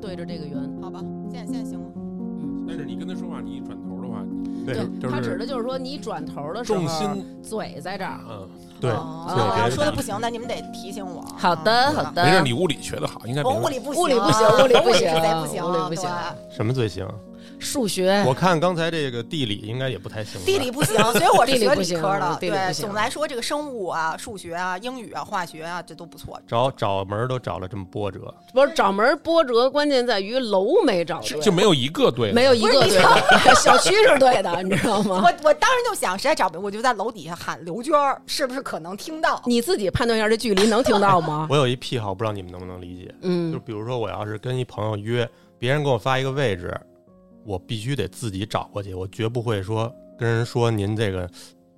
对着这个圆。好吧，现在现在行吗？但是你跟他说话，你一转头的话，你对就他指是的就是说你转头的时候，重心，嘴在这儿。嗯，对，哦所以那我要别说的不行，那你们得提醒我。好啊的，好没事，的。你物理学的好，应该没我问物题理不行，物理不行，物理不行实在不，行，物理不行，对什么最行？数学我看刚才这个地理应该也不太行吧。地理不行，所以我是地理学不理行科的。地理不对，行总的来说，这个生物啊、数学啊、英语啊、化学啊，这都不错。找找门儿都找了这么波折，不是找门波折，关键在于楼没找对，就没有一个对的，没有一个对的，小区是对的，你知道吗？我我当时就想，实在找不，我就在楼底下喊刘娟儿，是不是可能听到？你自己判断一下这距离能听到吗？我有一癖好，不知道你们能不能理解。就啊嗯，比如说，我要是跟一朋友约，别人给我发一个位置，我必须得自己找过去，我绝不会说跟人说您这个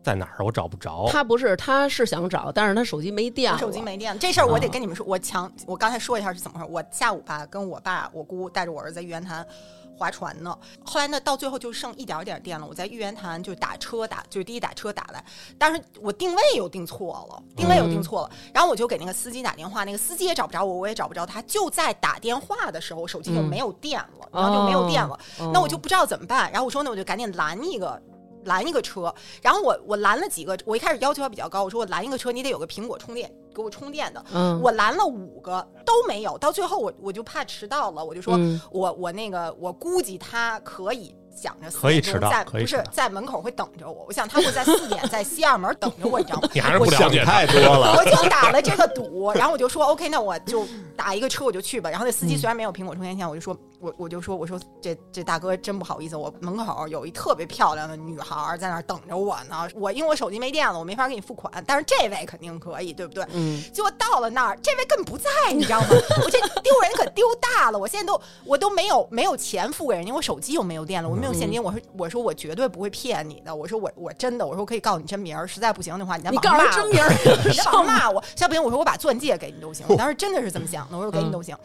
在哪儿，我找不着。他不是，他是想找，但是他手机没电我了，嗯手机没电了，这事儿我得跟你们说。我强，我刚才说一下是怎么回事。我下午吧，跟我爸、我姑带着我儿子在玉渊潭划船呢。后来呢，到最后就剩一点儿点儿电了。我在玉渊潭就打车打，就是滴滴打车打来，但是我定位又定错了，定位又嗯定错了。然后我就给那个司机打电话，那个司机也找不着我，我也找不着他。就在打电话的时候，我手机就嗯没有电了，然后就没有电了。哦那我就不知道怎么办。然后我说那我就赶紧拦一个。拦一个车，然后我我拦了几个，我一开始要求还比较高，我说我拦一个车，你得有个苹果充电给我充电的，嗯，我拦了五个都没有，到最后我我就怕迟到了，我就说、 嗯我我那个我估计他可以想着四可以点迟钟到在可以不迟是到在门口会等着我，我想他会在四点在西二门等着我，你知道吗？你还是不我了想解他太多了。 我就打了这个赌，然后我就说 OK，那我就打一个车我就去吧。然后那司机虽然没有苹果充电线，我就说我我就说我说这这大哥真不好意思，我门口有一特别漂亮的女孩儿在那儿等着我呢。我因为我手机没电了，我没法给你付款，但是这位肯定可以，对不对？嗯，结果到了那儿，这位更不在，你知道吗？ 我这丢人可丢大了，我现在都我都没有没有钱付给人家，我手机又没有电了，我没有现金，我说我说我绝对不会骗你的，我说我我真的，我说我可以告诉你真名儿，实在不行的话你再你网告诉骂人真我名 儿，你老骂我，要不行我说我把钻戒给你都行。我当时真的是这么想的，我说嗯给你都行。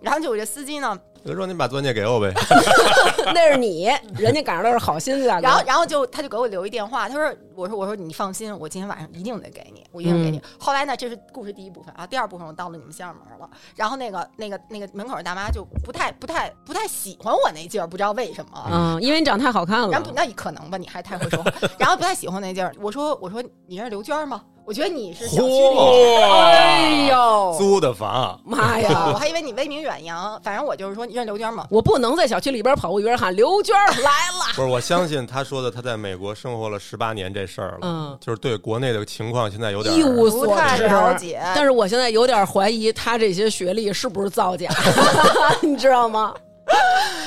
然后就我这司机呢，我说您把钻戒给我呗，那是你，人家赶上都是好心思啊。然后然后就他就给我留一电话，他说我说我说你放心，我今天晚上一定得给你，我一定给嗯你。后来呢，这是故事第一部分啊，第二部分我到了你们家门了，然后那个那个那个门口的大妈就不太不太不太喜欢我那劲儿，不知道为什么。嗯，因为你长太好看然后不了，那你可能吧，你还太会说话， 然后不太喜欢那劲儿。我说我说你是刘娟儿吗？我觉得你是小区里。哎呦，租的房，妈哎我 呀！还以为你威名远扬，反正我就是说你认刘娟儿吗？我不能在小区里边跑，我一边喊刘娟儿来了。不是我相信他说的，他在美国生活了十八年这事儿了，嗯就是对国内的情况现在有点一无 不所太知，了解但是我现在有点怀疑他这些学历是不是 造假，你知道吗？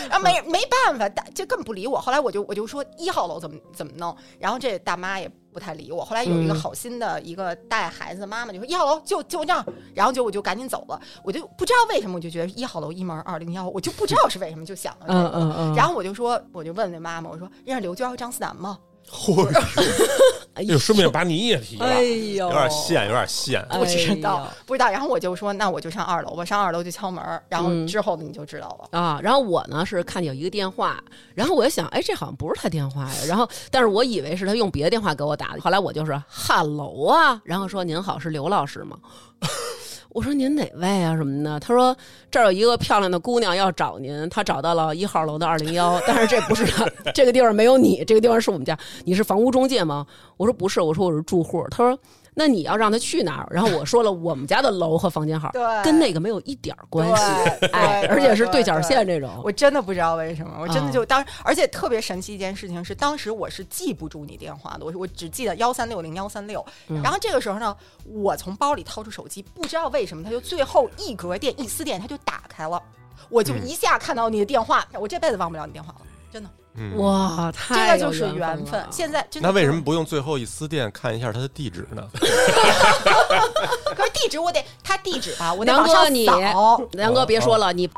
啊，没没办法，大这更不理我。后来我就我就说一号楼怎么怎么弄，然后这大妈也不太理我。后来有一个嗯好心的一个带孩子的妈妈就说一号楼就就这样，然后就我就赶紧走了。我就不知道为什么我就觉得一号楼一门二零幺，我就不知道是为什么就想了这嗯个。嗯 嗯。然后我就说，我就问那妈妈，我说认识刘娟和张思楠吗？哎就顺便把你也提了，哎呦，有点现，有点现。哎呦，不知道，不知道。然后我就说，那我就上二楼吧，上二楼就敲门，然后嗯之后你就知道了。啊，然后我呢是看见有一个电话，然后我就想，哎，这好像不是他电话呀。然后，但是我以为是他用别的电话给我打的。后来我就是 “hello 啊”，然后说：“您好，是刘老师吗？” 我说：“您哪位啊？什么的？”他说：“这儿有一个漂亮的姑娘要找您，她找到了一号楼的二零幺，但是这不是她，这个地方没有你，这个地方是我们家。你是房屋中介吗？”我说：“不是，我说我是住户。”他说。那你要让她去哪儿？然后我说了我们家的楼和房间号，对跟那个没有一点儿关系。对，哎，对而且是对角。对对线这哦种。我真的不知道为什么，我真的嗯就当，而且特别神奇一件事情是，当时我是记不住你电话的，我我只记得幺三六零幺三六。嗯然后这个时候呢，我从包里掏出手机，不知道为什么，它就最后一格电一丝电，它就打开了，我就一下看到你的电话，我这辈子忘不了你电话了，真的，嗯，哇，这个太有就是缘分了。现在真的那为就什么不用最后一丝电看一下他的地址呢？ 可是地址我得他地址吧，我得南往哥上你扫。梁哥别说了，你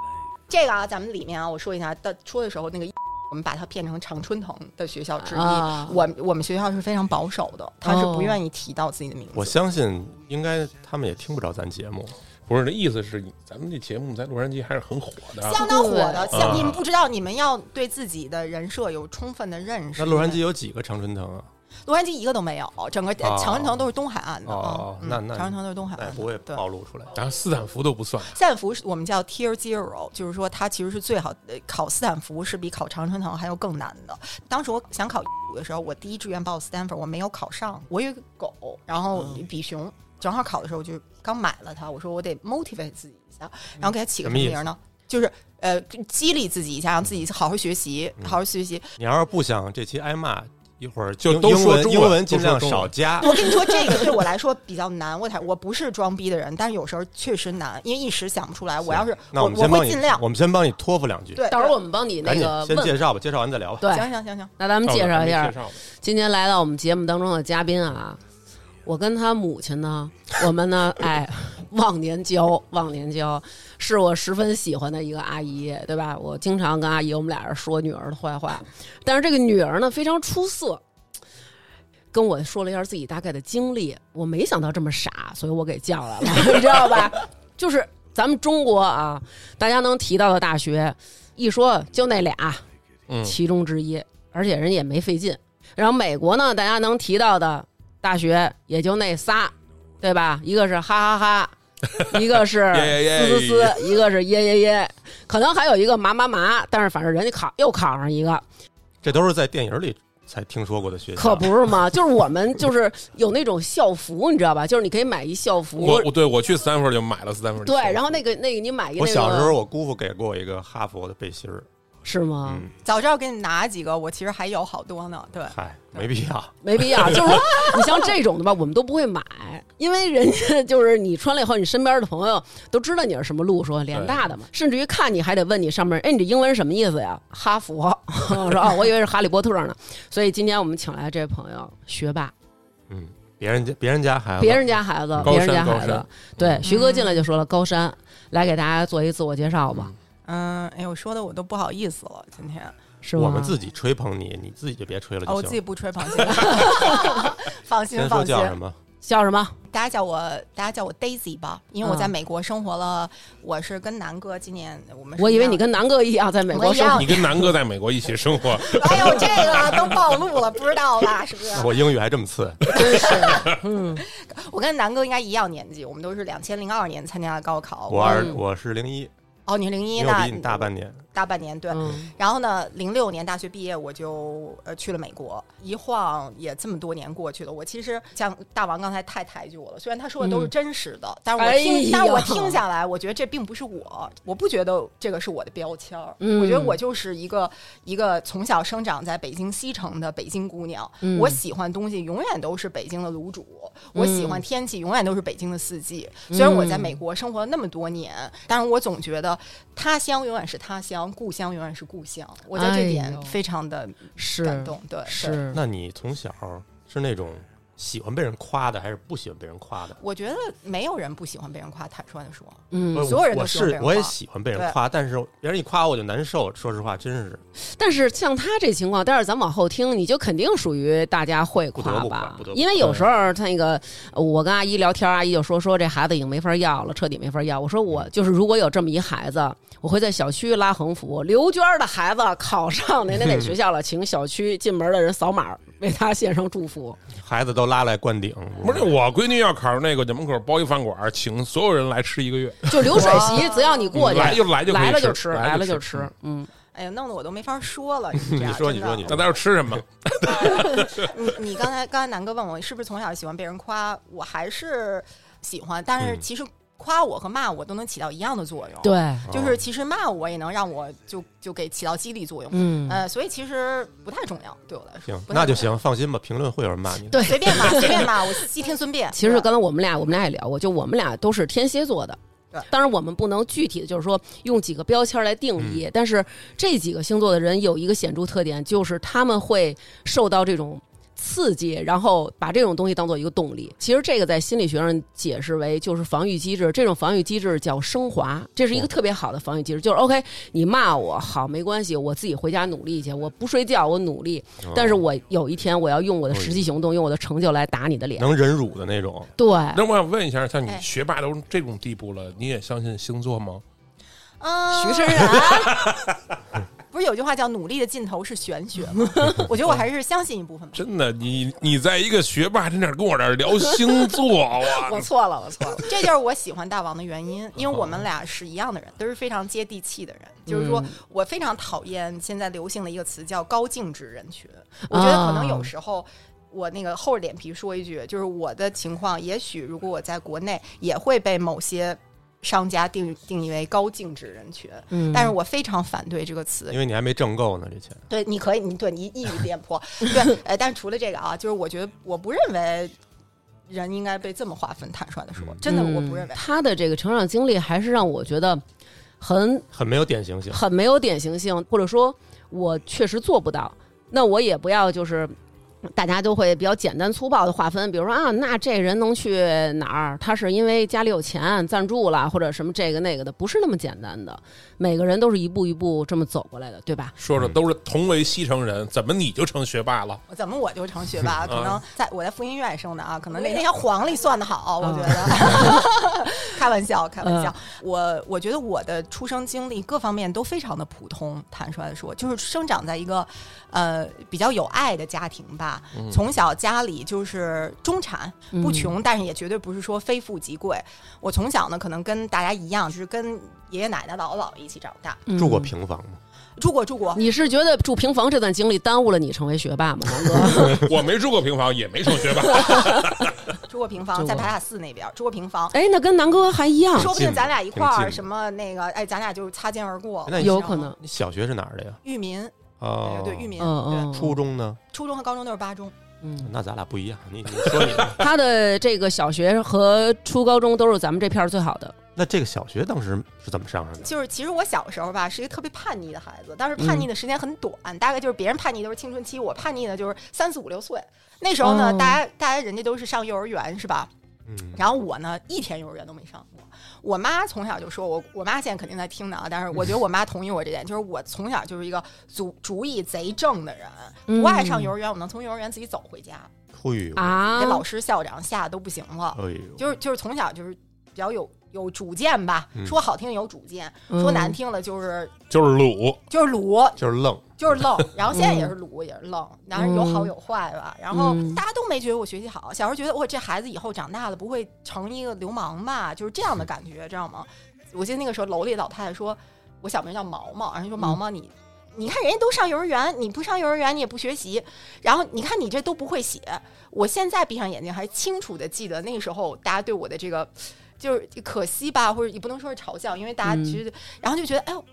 这个啊，咱们里面啊，我说一下，到说的时候那个。我们把它变成常春藤的学校之一。啊我我们学校是非常保守的，他是不愿意提到自己的名字。我相信应该他们也听不着咱节目。不是那意思是你咱们这节目在洛杉矶还是很火的，相当火的，对像啊你们不知道，你们要对自己的人设有充分的认识。那洛杉矶有几个常春藤啊？洛杉矶一个都没有，整个哦长春藤都是东海岸的。哦嗯那嗯那长春藤都是东海那也岸哎不会的，对。暴露出来。然后斯坦福都不算，斯坦福是我们叫 Tier Zero，就是说它其实是最好呃考斯坦福是比考常春藤还要更难的。当时我想考的时候，我第一志愿报斯坦福，我没有考上。我有一个狗，然后嗯比熊，正好考的时候我就刚买了它，我说我得 motivate 自己一下，然后给它起个嗯什么什么意嗯名儿呢？就是呃激励自己一下，让自己好好学习，好好学习。你要是不想这期挨骂，一会儿就英都说英文中文英文尽量都说中少文 加。我跟你说，这个对我来说比较难。我才我不是装逼的人，但是有时候确实难，因为一时想不出来。我要是那我们先帮会你尽量，我们先帮你托付两句。对，到时候我们帮你那赶紧个先问。介绍吧，介绍完再聊吧。哎对，行行行行，那咱们介绍一那我下介绍吧今天来到我们节目当中的嘉宾啊，我跟他母亲呢，我们呢，哎，忘年交，忘年交是我十分喜欢的一个阿姨，对吧？我经常跟阿姨我们俩人说女儿的坏话，但是这个女儿呢非常出色。跟我说了一下自己大概的经历，我没想到这么傻，所以我给叫来了，你知道吧？就是咱们中国啊，大家能提到的大学，一说就那俩，嗯其中之一，而且人也没费劲。然后美国呢，大家能提到的大学也就那仨，对吧？一个是哈哈 哈，一个是耶耶嘶耶嘶嘶，一个是耶耶耶，可能还有一个麻麻麻，但是反正人家考又考上一个，这都是在电影里才听说过的学校，可不是吗？就是我们就是有那种校服，你知道吧？就是你可以买一校服我，我对我去斯坦福就买了斯坦福的对球，，然后那个那个你买一个、那我个，小时候我姑父给过我一个哈佛的背心儿，是吗？嗯，早知道给你拿几个，我其实还有好多呢。对，嗨，没必要。没必要。 就是说，你像这种的吧，我们都不会买，因为人家就是你穿了以后，你身边的朋友都知道你是什么路数，联大的嘛，甚至于看你还得问你上面，哎，你这英文什么意思呀？哈佛， 我说哦，我以为是哈利波特呢。所以今天我们请来这位朋友，学霸，嗯，别人家别人家孩子，别人家孩子，高别人山家高孩子山，嗯对，徐哥进来就说了高山，来给大家做一自我介绍吧，嗯，哎呦，说的我都不好意思了。今天是吗？我们自己吹捧你，你自己就别吹了哦，我就自行。己不 吹螃蟹，放心先说放心叫。什么？叫什么？大家叫我大家叫我 Daisy 吧，因为我嗯在美国生活了，我是跟南哥今年我们是我以为一样你跟南哥一样在美国我一生活样你跟南哥在美国一起生 活， 哎呦这个都暴露了，不知道吧？是不是？我英语还这么次，真是，嗯，我跟南哥应该一样年纪，我们都是两千零二年参加的高考。我二嗯我是零一，哦，你零一因为那我比你大半年。大半年，对。嗯然后呢，零六年大学毕业，我就呃去了美国，一晃也这么多年过去了。我其实像大王刚才太抬举我了，虽然他说的都是真实的，但是我嗯哎呀听，但是我听下来，我觉得这并不是我，我不觉得这个是我的标签儿。嗯我觉得我就是一个一个从小生长在北京西城的北京姑娘，嗯我喜欢东西永远都是北京的卤煮，我喜嗯欢天气永远都是北京的四季。虽然我在美国生活了那么多年，但是我总觉得他乡永远是他乡，故乡永远是故乡。我在这哎点呦非常的是感动，对，对。是，那你从小是那种喜欢被人夸的，还是不喜欢被人夸的？我觉得没有人不喜欢被人夸，坦率的说，嗯我所有人都我喜是欢被人夸我也喜欢被人夸，但是别人一夸我就难受。说实话，真是但是像他这情况，但是咱往后听，你就肯定属于大家会夸不得不吧夸不得，不因为有时候他那个呃我跟阿姨聊天，阿姨就说说这孩子已经没法要了，彻底没法要。我说嗯我就是如果有这么一孩子，我会在小区拉横幅，刘娟儿的孩子 考上哪哪哪学校了，请小区进门的人扫码为他献上祝福。孩子都拉来灌顶，不是我闺女要考上那个，就门口包一饭馆，请所有人来吃一个月，就流水席，只要你过去，来就来就可以来了就吃来来了了就就吃吃，嗯，哎呀，弄得我都没法说 了。你这样你说你说真你的那咱要吃什么？你你刚才刚才南哥问我是不是从小喜欢被人夸，我还是喜欢，但是嗯其实夸我和骂我都能起到一样的作用。，对，哦就是其实骂我也能让我就就给起到激励作用。嗯，呃，所以其实不太重要，对我来说行，，不太那就重要，行，放心吧。评论会有人骂你的，对，随便骂，随便骂，我悉听尊便。其实对刚才我们俩，我们俩也聊过，就我们俩都是天蝎座的对。当然，我们不能具体的就是说用几个标签来定义，嗯但是这几个星座的人有一个显著特点，就是他们会受到这种刺激，然后把这种东西当做一个动力。其实这个在心理学上解释为就是防御机制，这种防御机制叫升华，这是哦一个特别好的防御机制。就是 OK，你骂我好没关系，我自己回家努力去，我不睡觉我努力，哦但是我有一天我要用我的实际行动，用我的成就来打你的脸。能忍辱的那种。对，那我想问一下，像你哎学霸都这种地步了，你也相信星座吗？嗯，徐峥然， 不不是有句话叫“努力的尽头是玄学”吗？ 我觉得我还是相信一部分吧。真的，你你在一个学霸在那儿跟我这儿聊星座，我 我错了，我错了。 这就是我喜欢大王的原因，因为我哦们俩是一样的人，都是非常接地气的人。就是嗯说我非常讨厌现在流行的一个词叫高净值人群，我觉得哦可能有时候。我那个厚着脸皮说一句，就是我的情况，也许如果我在国内，也会被某些商家定定义为高净值人群，嗯但是我非常反对这个词，因为你还没挣够呢，这钱。对，你可以，你对你一语点破。对，呃，但是除了这个啊，就是我觉得我不认为人应该被这么划分。坦率的说，嗯真的我不认为。他的这个成长经历还是让我觉得很很没有典型性。很没有典型性，或者说我确实做不到，那我也不要就是。大家都会比较简单粗暴的划分，比如说啊，那这人能去哪儿？他是因为家里有钱赞助了，或者什么这个那个的，不是那么简单的。每个人都是一步一步这么走过来的，对吧？说说都是同为西城人，怎么你就成学霸了？我怎么我就成学 嗯霸？可能在我在福音院生的啊，可能那那天黄历算的好，嗯我觉得。 开玩笑，开玩笑。我我觉得我的出生经历各方面都非常的普通。坦率的说，就是生长在一个呃比较有爱的家庭吧。嗯从小家里就是中产，不穷，但是也绝对不是说非富即贵。我从小呢，可能跟大家一样，就是跟爷爷奶奶、姥姥姥爷一起长大，住过平房吗？住过住过。 你是觉得住平房这段经历耽误了你成为学霸吗，南哥？我没住过平房，也没成 学霸。住过平房，住在过白塔寺那边住过平房，哎，那跟南哥还一样，说不定咱俩一块啊挺近儿的什么那个，哎，咱俩就是擦肩而过。那你有可能。你小学是哪儿的呀？裕民，哎哦，对裕民，嗯嗯，对，初中呢？初中和高中都是八中，嗯，那咱俩不一样。你你说你 的，他的这个小学和初高中都是咱们这片儿最好的。那这个小学当时是怎么上的？就是其实我小时候吧，是一个特别叛逆的孩子，但是叛逆嗯的时间很短，大概就是别人叛逆都是青春期，我叛逆的就是三四五六岁。那时候呢，哦大家大家人家都是上幼儿园是吧？嗯，然后我呢，一天幼儿园都没上过。我妈从小就说我，我妈现在肯定在听呢啊，但是我觉得我妈同意我这点，就是我从小就是一个主主意贼正的人，不爱嗯上幼儿园，我能从幼儿园自己走回家，嘿呦，啊给，老师、校长吓得都不行了。哎呦，就是就是从小就是比较有有主见吧，嗯说好听有主见，嗯说难听了就是就是鲁，就是鲁，就是愣，就是愣。然后现在也是鲁，也是愣，然后有好有坏吧。然后嗯大家都没觉得我学习好，小时候觉得我这孩子以后长大了不会成一个流氓吧，就是这样的感觉，知道吗？我记得那个时候楼里老太太说，我小名叫毛毛，然后嗯说毛毛你。你看人家都上幼儿园，你不上幼儿园，你也不学习，然后你看你这都不会写。我现在闭上眼睛还清楚的记得那个时候大家对我的这个就是可惜吧，或者也不能说是嘲笑，因为大家嗯其实、然后就觉得哎呦，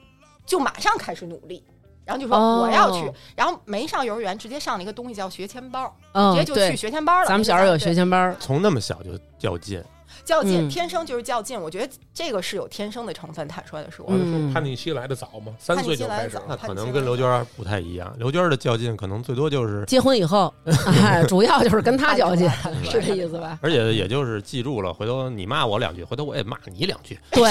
就马上开始努力，然后就说哦我要去，然后没上幼儿园，直接上了一个东西叫学前班儿，直嗯，接就对去学前班了。咱们小时候有学对前班儿，从那么小就较劲，较劲，嗯天生就是较劲，我觉得这个是有天生的成分。坦率的说，嗯叛逆期来的早嘛，三岁就开始了。那可能跟刘娟儿不太一样。刘娟儿的较劲可能最多就是，结婚 以后，哎，主要就是跟他较劲，是这意思吧？而嗯且也就是记住了，回头你骂我两句，回头我也骂你两句。对，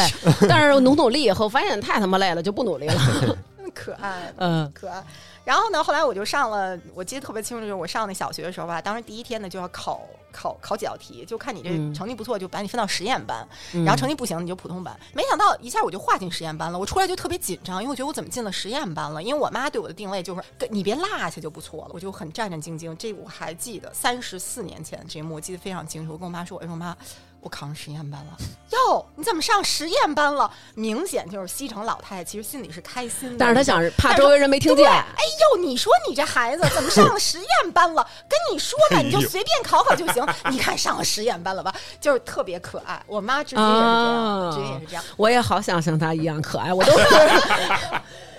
但是努努力以后，发现太他妈累了，就不努力了。 嗯 可爱。嗯可爱，然后呢？后来我就上了，我记得特别清楚，就是我上那小学的时候吧，当时第一天呢就要考考考几道题，就看你这嗯成绩不错，就把你分到实验班，嗯然后成绩不行你就普通班。没想到一下我就划进实验班了，我出来就特别紧张，因为我觉得我怎么进了实验班了？因为我妈对我的定位就是跟你别落下就不错了，我就很战战兢兢。这我还记得，三十四年前这一幕我记得非常清楚。我跟我妈说：“我说妈，我考上实验班了。”哟，你怎么上实验班了？明显就是西城老太太，其实心里是开心的。但是他想是怕周围人没听见对，哎呦，你说你这孩子怎么上了实验班了？跟你说吧，你就随便考考就行。你看上了实验班了吧，就是特别可爱。我妈至今也是这样，啊至今也是这样。我也好想像他一样 可爱，我都。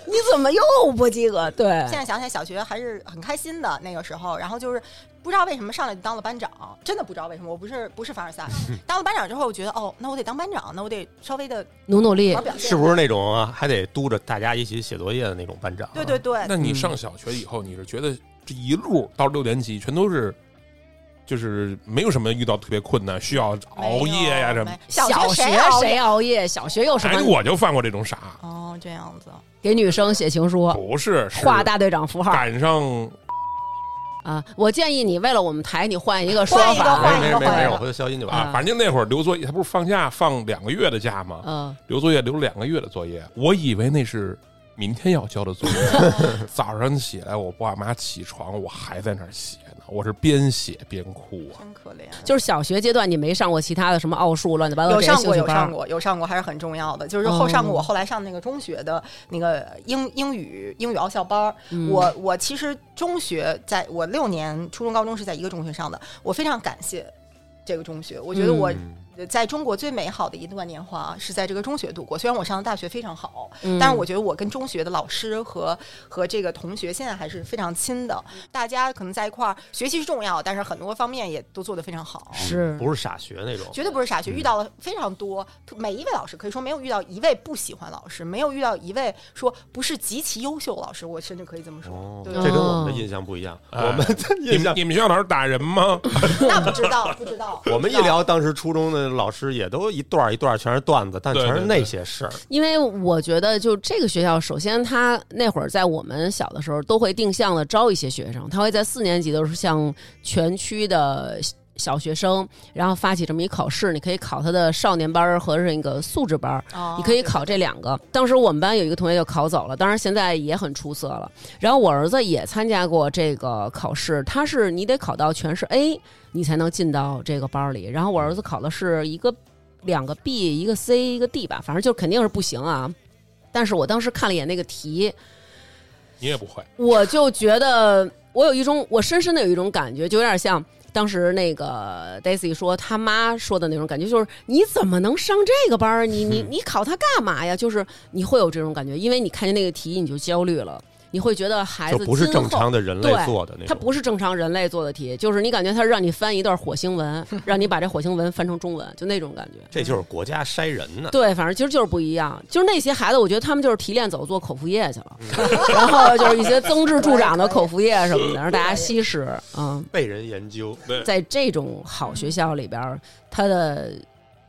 你怎么又不及格？对，现在想起来，小学还是很开心的那个时候，然后就是不知道为什么上来就当了班长，真的不知道为什么，我不是不是凡尔赛，啊当了班长之后，我觉得哦，那我得当班长，那我得稍微的努努力好好。表现，是不是那种啊还得督着大家一起写作业的那种班长？对对，对，那你上小学以后，你是觉得这一路到六年级全都是，就是没有什么遇到特别困难，需要熬夜呀、什什么？小小学啊学熬谁夜？熬夜？小学有什哎，么？我就犯过这种傻，哦，这样子，给女生写情书，不是是画大队长符号赶上啊！我建议你为了我们台，你换一个说换一个法。换哎没没一个没没换一事，个我回头消音就完了。嗯啊，反正那会儿留作业，他不是放假放两个月的假吗？嗯留作业留了两个月的作业，我以为那是明天要交的 作业。早上起来，我爸妈起床，我还在那儿写呢，我是边写边哭啊。真可怜。就是小学阶段，你没上过其他的什么奥数、乱七八糟有这些上兴过，趣有班上儿，过，有上过，还是很重要的。就是后上过，哦我后来上那个中学的那个英英语英语奥校班儿。嗯我我其实中学在我六年初中高中是在一个中学上的，我非常感谢这个中学。我觉得我嗯，在中国最美好的一段年华是在这个中学度过。虽然我上的大学非常好，嗯但是我觉得我跟中学的老师和和这个同学现在还是非常亲的。大家可能在一块儿学习是重要，但是很多方面也都做得非常好。是不是傻学那种，绝对不是傻嗯学，遇到了非常多，特每一位老师可以说没有遇到一位不喜欢老师，没有遇到一位说不是极其优秀老师，我甚至可以这么说，哦对这跟我们的印象不一样。哎我们的你印们象，你们学校老师打人 吗？那不知道，不知道。 我们一聊当时初中的老师，也都一段儿一段儿全是段子，但对全是对那对些事儿。因为我觉得，就这个学校，首先他那会儿在我们小的时候，都会定向的招一些学生，他会在四年级的时候向全区的小学生，然后发起这么一考试，你可以考他的少年班儿和那个素质班儿，哦你可以考这两个。当时我们班有一个同学就考走了，当然现在也很出色了。然后我儿子也参加过这个考试，他是你得考到全是 A，你才能进到这个班儿里。然后我儿子考的是一个两个 B，一个 C，一个 D 吧，反正就肯定是不行啊。但是我当时看了一眼那个题，你也不会，我就觉得我有一种，我深深的有一种感觉，就有点像当时那个 Daisy 说他妈说的那种感觉，就是你怎么能上这个班儿？你嗯你你考它干嘛呀？就是你会有这种感觉，因为你看见那个题你就焦虑了，你会觉得孩就子不是今正后常的人类对做的那种。它不是正常人类做的题，就是你感觉它让你翻一段火星文，让你把这火星文翻成中文，就那种感觉。这就是国家筛人 呢。对，反正其实就是不一样，就是那些孩子，我觉得他们就是提炼走做口服液去了， 然后就是一些增智助长的口服液什么的，让大家吸食。嗯，被人研究，在这种好学校里边儿，他的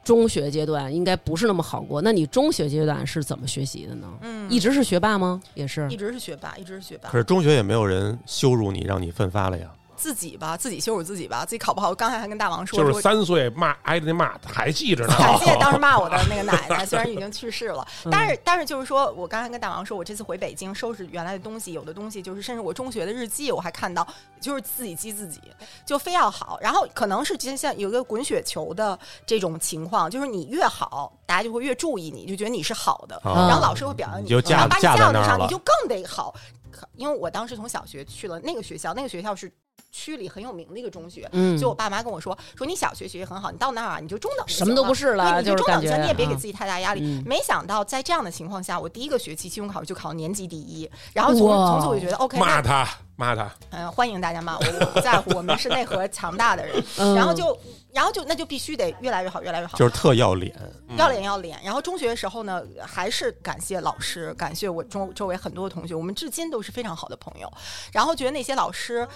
中学阶段应该不是那么好过。那你中学阶段是怎么学习的呢？嗯一直是学霸吗？也是一直是学霸，一直是学霸可，是中学也没有人羞辱你，让你奋发了呀。自己吧，自己羞辱自己吧，自己考不好。刚才还跟大王说，就是说三岁骂挨着那骂，还记着呢。 感哦谢当时骂我的那个 奶奶，虽然已经去世了，嗯但是但是就是说我刚才跟大王说，我这次回北京收拾原来的东西，有的东西就是甚至我中学的日记我还看到，就是自己记自己，就非要好。然后可能是之前像有一个滚雪球的这种情况，就是你越好，大家就会越注意你，就觉得你是好的，啊然后老师会表扬你你，就然后把架你架在那架到儿上，了你就更得好。可因为我当时从小学去了那个学校，那个学校是区里很有名的一个中学，嗯，所以我爸妈跟我说，说你小学学习很好，你到那儿啊你就中等就行什么都不是对了你就是中等感就觉行，你也别给啊自己太大压力。嗯没想到在这样的情况下，我第一个学期期中考试就考年级第一，然后从哇从此我就觉得 OK，骂那他，骂他，嗯、欢迎大家骂我，我不在乎，我们是内核强大的 人。嗯然后就，然后就那就必须得越来越好，越来哦越好。就是特要脸，要脸要脸。然后中学的时候呢，还是感谢老师，感谢我周周围很多的同学，我们至今都是非常好的朋友。然后觉得那些老师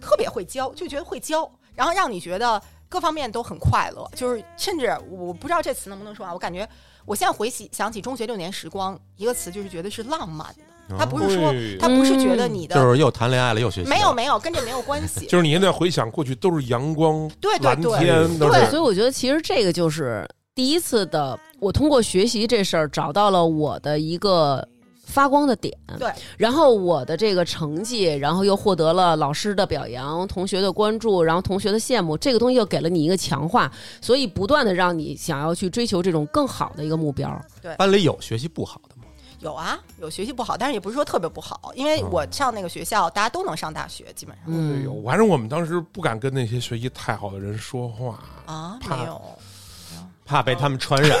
特别会教，就觉得会教，然后让你觉得各方面都很快乐。就是甚至我不知道这词能不能说完，啊我感觉我现在回想想起中学六年时光，一个词就是觉得是浪漫的。他不是说哦对，嗯他不是觉得你的、就是又谈恋爱了又学习了，没有没有跟这没有关系， 就是你现在回想过去都是阳光、对对蓝对。天，都对，是所以我觉得其实这个就是第一次的，我通过学习这事儿找到了我的一个发光的点。对，然后我的这个成绩，然后又获得了老师的表扬、同学的关注，然后同学的羡慕，这个东西又给了你一个强化，所以不断的让你想要去追求这种更好的一个目标。班里有学习不好的吗？有啊，有学习不好，但是也不是说特别不好，因哦为我上那个学校，大家都能上大学，基本上。哎嗯呦，，反正我们当时不敢跟那些学习太好的人说话，啊，怕没有，怕被他们传染，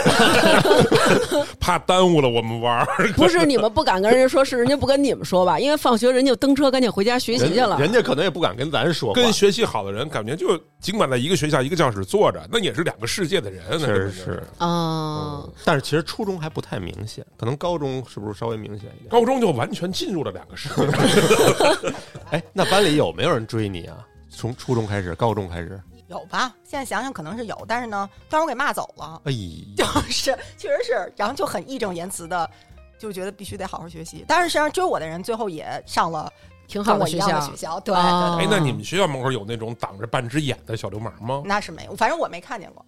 怕耽误了我们玩儿。不是你们不敢跟人家说，是人家不跟你们说吧？因为放学人家就蹬车赶紧回家 学习去了。哦人家可能也不敢跟咱说话。跟学习好的人，感觉就尽管在一个学校、一个教室坐着，那也是两个世界的人。那确根实，本就是啊、但是其实初中还不太明显，可能高中是不是稍微明显一点？高中就完全进入了两个世界。哎，那班里有没有人追你啊？从初中开始，高中开始，有吧？现在想想可能是有，但是呢，当时我给骂走了， 哎，就是确实是，然后就很义正言辞的，就觉得必须得好好学习。但是实际上追我的人最后也上了挺跟好的我一学样的校学。校，对哦对哎对，，那你们学校门口有那种挡着半只眼的小流氓吗？那是没有，反正我没看见过。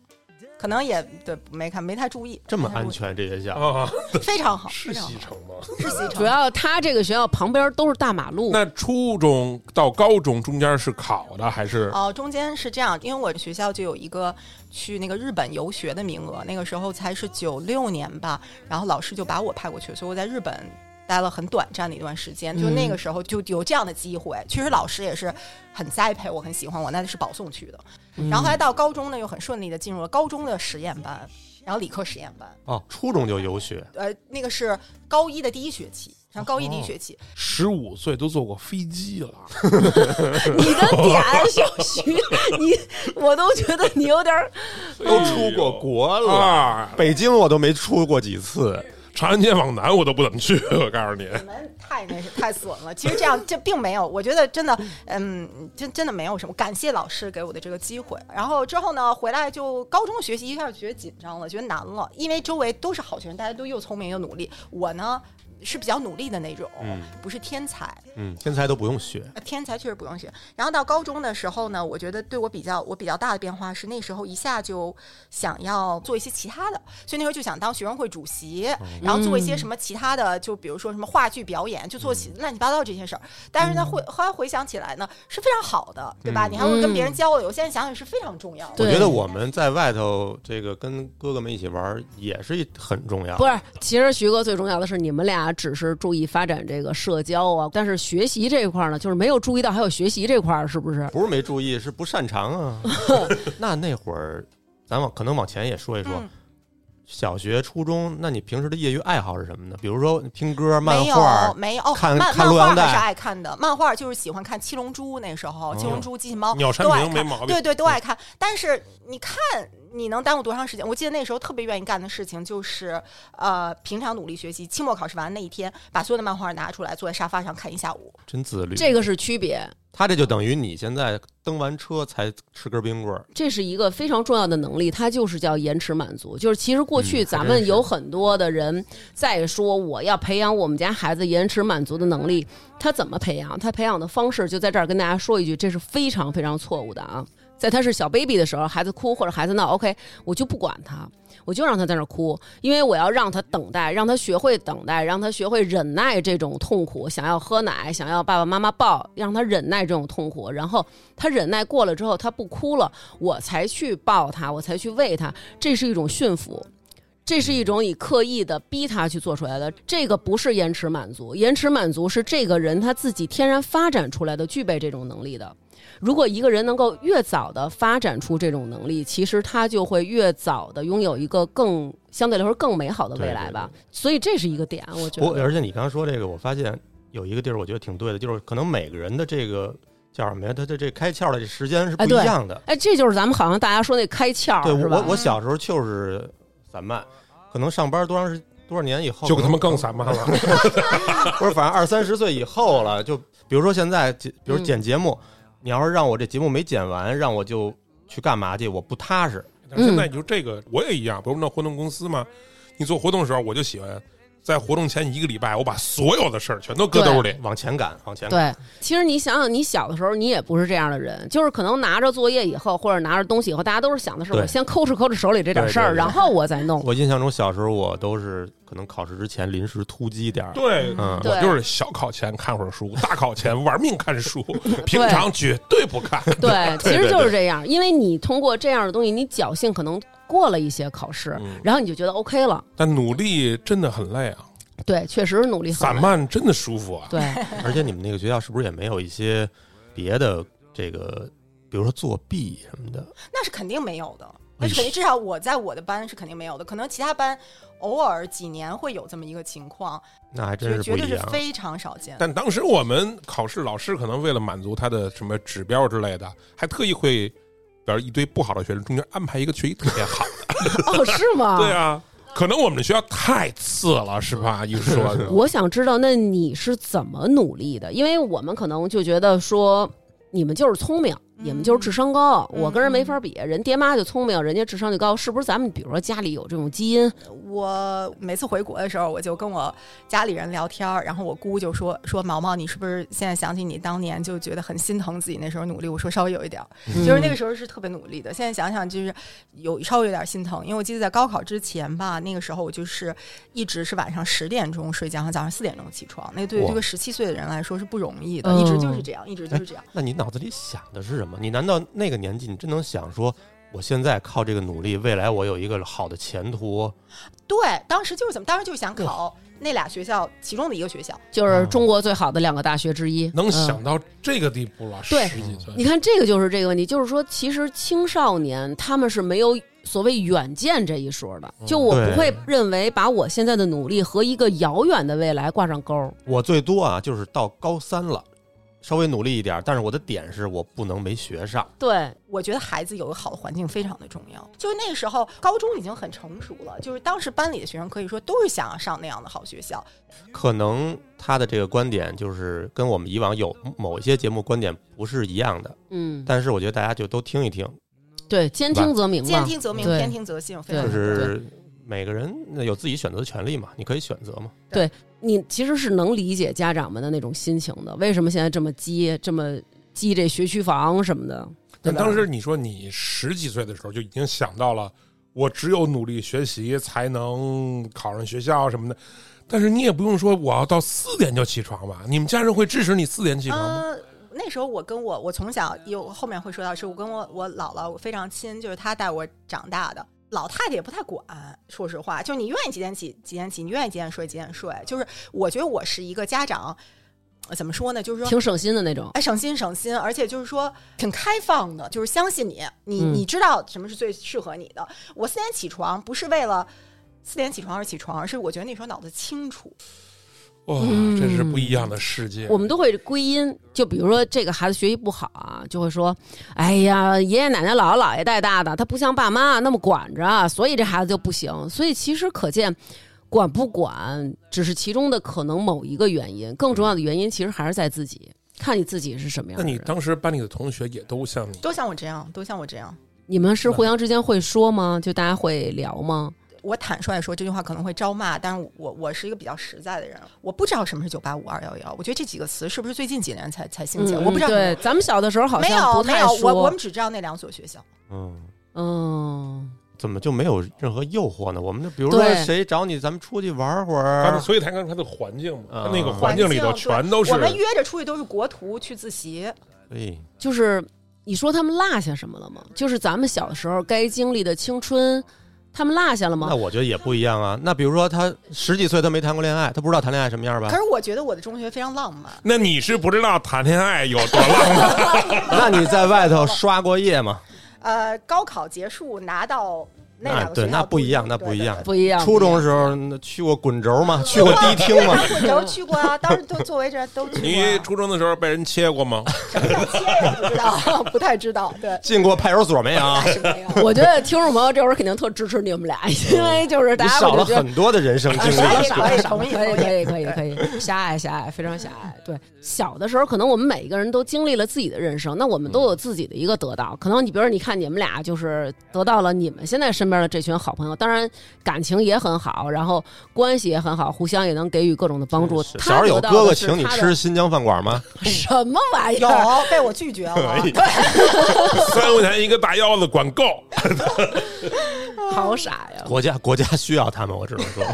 可能也对没看没太注意，这么安全这学校啊，非常好，是非常好西城吗？是西主城。要他这个学校旁边都是大马路，那初中到高中中间是考的还是？哦，中间是这样，因为我学校就有一个去那个日本游学的名额，那个时候才是九六年吧，然后老师就把我派过去，所以我在日本待了很短暂的一段时间，就那个时候就有这样的机会。其实老师也是很栽培我，很喜欢我，那是保送去的。嗯然后后来到高中呢，又很顺利的进入了高中的实验班，然后理科实验班，哦，初中就游学，呃，那个是高一的第一学期，上高一第一学期，十五岁都坐过飞机了，你的点小徐，你我都觉得你有点儿都出过国了。啊！北京我都没出过几次，长安街往南我都不怎么去，我告诉你，哦你们太那是太损了。其实这样这并没有，我觉得真的，嗯，真真的没有什么。感谢老师给我的这个机会。然后之后呢，回来就高中学习一下就觉得紧张了，觉得难了，因为周围都是好学生，大家都又聪明又努力。我呢是比较努力的那种，嗯不是天才。嗯，天才都不用学，呃天才确实不用学。然后到高中的时候呢，我觉得对我比较我比较大的变化是，那时候一下就想要做一些其他的，所以那时候就想当学生会主席，然后做一些什么其他的，就比如说什么话剧表演，就做起乱七八糟这些事儿。但是呢，会后来回想起来呢，是非常好的，对吧？你还会跟别人交流，现在想想是非常重要的。我对觉得我们在外头这个跟哥哥们一起玩儿也是一很重要。不是。其实徐哥最重要的是，你们俩只是注意发展这个社交啊，但是学习这一块儿呢，就是没有注意到还有学习这块儿，是不是？不是没注意，是不擅长啊。那那会儿，咱往可能往前也说一说，嗯，小学、初中，那你平时的业余爱好是什么呢？比如说听歌、漫没画有，没有，哦看漫看漫洛阳画还带哦是爱看的，漫画就是喜欢看《七龙珠》，那时候《七龙珠》《机器猫》鸟山都爱明没看毛病对对，嗯都爱看。但是你看，你能耽误多长时间？我记得那时候特别愿意干的事情就是，呃，平常努力学习，期末考试完那一天，把所有的漫画拿出来，坐在沙发上看一下午。真自律。这个是区别，他这就等于你现在蹬完车才吃根冰棍儿，这是一个非常重要的能力，它就是叫延迟满足。就是其实过去嗯咱还真们是有很多的人在说我要培养我们家孩子延迟满足的能力，他怎么培养？他培养的方式就在这儿跟大家说一句，这是非常非常错误的啊！在他是小 baby 的时候，孩子哭或者孩子闹，OK，我就不管他，我就让他在那儿哭，因为我要让他等待，让他学会等待，让他学会忍耐这种痛苦。想要喝奶，想要爸爸妈妈抱，让他忍耐这种痛苦。然后他忍耐过了之后，他不哭了，我才去抱他，我才去喂他，这是一种驯服。这是一种你刻意的逼他去做出来的，这个不是延迟满足，延迟满足是这个人他自己天然发展出来的，具备这种能力的。如果一个人能够越早的发展出这种能力，其实他就会越早的拥有一个更相对来说更美好的未来吧。所以这是一个点，我觉我得。而且你刚刚说这个，我发现有一个地儿，我觉得挺对的，就是可能每个人的这个叫什么呀？他的这开窍的这时间是不哎一对样的。哎，这就是咱们好像大家说那开窍对，是我吧我？我小时候就是散漫，可能上班多长时多少年以后，就他可能们更散漫了。不是，反正二三十岁以后了，就比如说现在，比如剪节目，你要是让我这节目没剪完，让我就去干嘛去，我不踏实。但是现在嗯你就这个，我也一样，不是那活动公司吗？你做活动的时候，我就喜欢在活动前一个礼拜，我把所有的事儿全都搁兜里。往前赶，往前赶。对，其实你想想，你小的时候你也不是这样的人，就是可能拿着作业以后，或者拿着东西以后，大家都是想的是对我先抠哧抠哧手里这点事儿，对对对然后我 再弄。我印象中小时候我都是可能考试之前临时突击点儿，对，嗯对我就是小考前看会儿书，大考前玩命看 书，平常绝对不看。 对，其实对就是这样，因为你通过这样的东西，你侥幸可能过了一些考试，嗯然后你就觉得 OK 了。但努力真的很累啊，对，确实努力很散累。漫真的舒服啊。对，而且你们那个学校是不是也没有一些别的这个，比如说作弊什么的？那是肯定没有哎的，那是肯定，至少我在我的班是肯定没有的，可能其他班偶尔几年会有这么一个情况，那还真绝是绝不对一是样。非常少见。但当时我们考试，老师可能为了满足他的什么指标之类的，还特意会，比如一堆不好的学生中间安排一个学习特别好。哦，是 吗？对啊，可能我们的学校太次了，是吧？一说是是我想知道，那你是怎么努力的？因为我们可能就觉得说，你们就是聪明，你们就是智商高，嗯我跟人没法比，人爹妈就聪明，人家智商就高，是不是？咱们比如说家里有这种基因，我每次回国的时候，我就跟我家里人聊天儿，然后我姑就说说毛毛，你是不是现在想起你当年就觉得很心疼自己那时候努力？我说稍微有一点儿，嗯就是那个时候是特别努力的。现在想想就是有稍微有点心疼，因为我记得在高考之前吧，那个时候我就是一直是晚上十点钟睡觉，然后早上四点钟起床。那对于哇这个十七岁的人来说是不容易的，嗯一直就是这样，一直就是这样。那你脑子里想的是什么？你难道那个年纪你真能想说，我现在靠这个努力，未来我有一个好的前途？对，当时就是怎么，当时就是想考那俩学校其中的一个学校。就是中国最好的两个大学之一，能嗯想到这个地步了，对十几岁你，看，这个就是这个问题，就是说，其实青少年他们是没有所谓远见这一说的。嗯就我对不会认为把我现在的努力和一个遥远的未来挂上钩儿。我最多啊，就是到高三了，稍微努力一点，但是我的点是我不能没学上。对，我觉得孩子有个好的环境非常的重要。就是那个时候，高中已经很成熟了，就是当时班里的学生可以说都是想要上那样的好学校。可能他的这个观点就是跟我们以往有某一些节目观点不是一样的，嗯，但是我觉得大家就都听一听，对，兼听则明兼嘛。听则明，对偏听则信，非嗯对常就重要是每个人有自己选择的权利嘛，你可以选择嘛。你其实是能理解家长们的那种心情的。为什么现在这么激，这么激这学区房什么的？但当时你说你十几岁的时候就已经想到了，我只有努力学习才能考上学校什么的，但是你也不用说我要到四点就起床吧？你们家人会支持你四点起床啊吗？呃，那时候我跟我我从小有后面会说到，是我跟我我姥姥我非常亲，就是她带我长大的。老太太也不太管，说实话，就是你愿意几点起几点起，你愿意几点睡几点睡。就是我觉得我是一个家长，呃怎么说呢？就是说挺省心的那种。哎，省心省心，而且就是说挺开放的，就是相信你，你嗯你知道什么是最适合你的。我四点起床不是为了四点起床而起床，而是我觉得那时候脑子清楚。哇，嗯这是不一样的世界。我们都会归因，就比如说这个孩子学习不好啊，就会说，哎呀，爷爷奶奶、姥姥姥爷带大的，他不像爸妈那么管着，啊所以这孩子就不行。所以其实可见，管不管只是其中的可能某一个原因，更重要的原因其实还是在自己，看你自己是什么样那的你人。当时班里的同学也都像你，都像我这样，都像我这样。你们是互相之间会说吗？就大家会聊吗？我坦率地说，这句话可能会招骂，但是我我是一个比较实在的人，我不知道什么是九八五二幺幺，我觉得这几个词是不是最近几年才才兴起来，嗯我不知道有没对有，咱们小的时候好没像不有没太有，说。我我们只知道那两所学校。嗯，嗯，怎么就没有任何诱惑呢？我们就比如说对谁找你，咱们出去玩会他的儿。所以才看他的环境嘛，啊他那个环境里头啊全都是我们约着出去都是国图去自习，哎，就是你说他们落下什么了吗？就是咱们小时候该经历的青春，他们落下了吗那？我觉得也不一样啊。那比如说他十几岁他没谈过恋爱，他不知道谈恋爱什么样吧可？是我觉得我的中学非常浪漫。那你是不知道谈恋爱有多浪漫， 那你在外头刷过夜吗？呃，高考结束拿到那两那个啊对学校那不一样对那不一样对对不一样，初中时候那去过滚轴 吗？去过迪厅吗？对对我都去过啊，当时都作为这都去 过 你啊，初中的时候被人切过 吗？什么叫切也不知道，不太知道，对，进过派出所没有？啊 那 是没有。我觉得听众朋友这会儿肯定特支持你们俩，因为就是大你家少我了就觉得。很多的人生经少了历。很多少少同意可以同意可以可以可以，狭隘狭隘，非常狭隘。对，小的时候可能我们每一个人都经历了自己的人生，那我们嗯都有自己的一个得到。可能你比如说，你看你们俩就是得到了你们现在身边的这群好朋友，当然感情也很好，然后关系也很好，互相也能给予各种的帮助。小时候有他得哥到的哥是请你他的吃新疆饭馆吗？什么玩意有儿？被我拒绝了，三块钱一个大腰子，管够。好傻 呀！国家国家需要他们，我只能 说。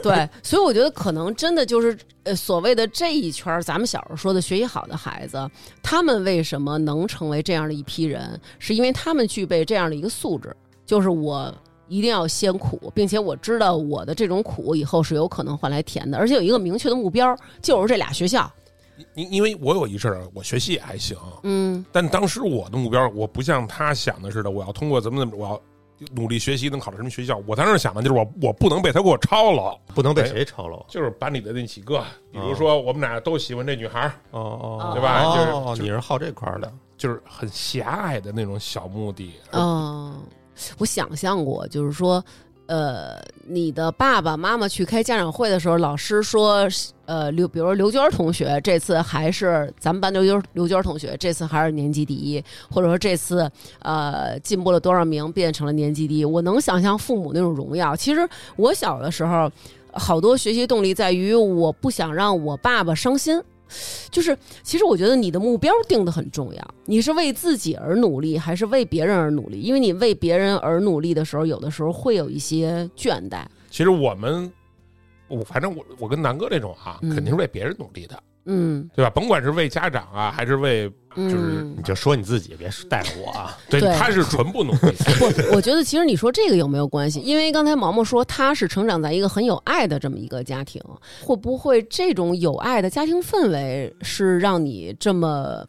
对，所以我觉得可能真的就是呃，所谓的这一圈儿，咱们小时候说的学习好的孩子，他们为什么能成为这样的一批人，是因为他们具备这样的一个素质，就是我。一定要先苦，并且我知道我的这种苦以后是有可能换来甜的，而且有一个明确的目标，就是这俩学校。因因为我有一阵儿，我学习也还行，嗯但当时我的目标，我不像他想的似的，我要通过怎么怎么，我要努力学习，能考上什么学校。我当时想的就是我我不能被他给我抄了，不能被谁抄了？就是班里的那几个，比如说我们俩都喜欢这女孩儿，哦哦对吧就是哦，你是好这块儿的，就是很狭隘的那种小目的。嗯、我想象过，就是说呃，你的爸爸妈妈去开家长会的时候，老师说，呃，刘，比如刘娟同学这次还是咱们班刘娟刘娟同学这次还是年级第一，或者说这次呃进步了多少名，变成了年级第一。我能想象父母那种荣耀。其实我小的时候，好多学习动力在于我不想让我爸爸伤心。就是，其实我觉得你的目标定得很重要。你是为自己而努力，还是为别人而努力？因为你为别人而努力的时候，有的时候会有一些倦怠。其实我们，我反正我我跟南哥这种啊，嗯肯定是为别人努力的，嗯，对吧？甭管是为家长啊，还是为就是嗯你就说你自己，别带着我啊。对，对他是纯不努力。不，我觉得其实你说这个有没有关系？因为刚才毛毛说他是成长在一个很有爱的这么一个家庭，会不会这种有爱的家庭氛围是让你这么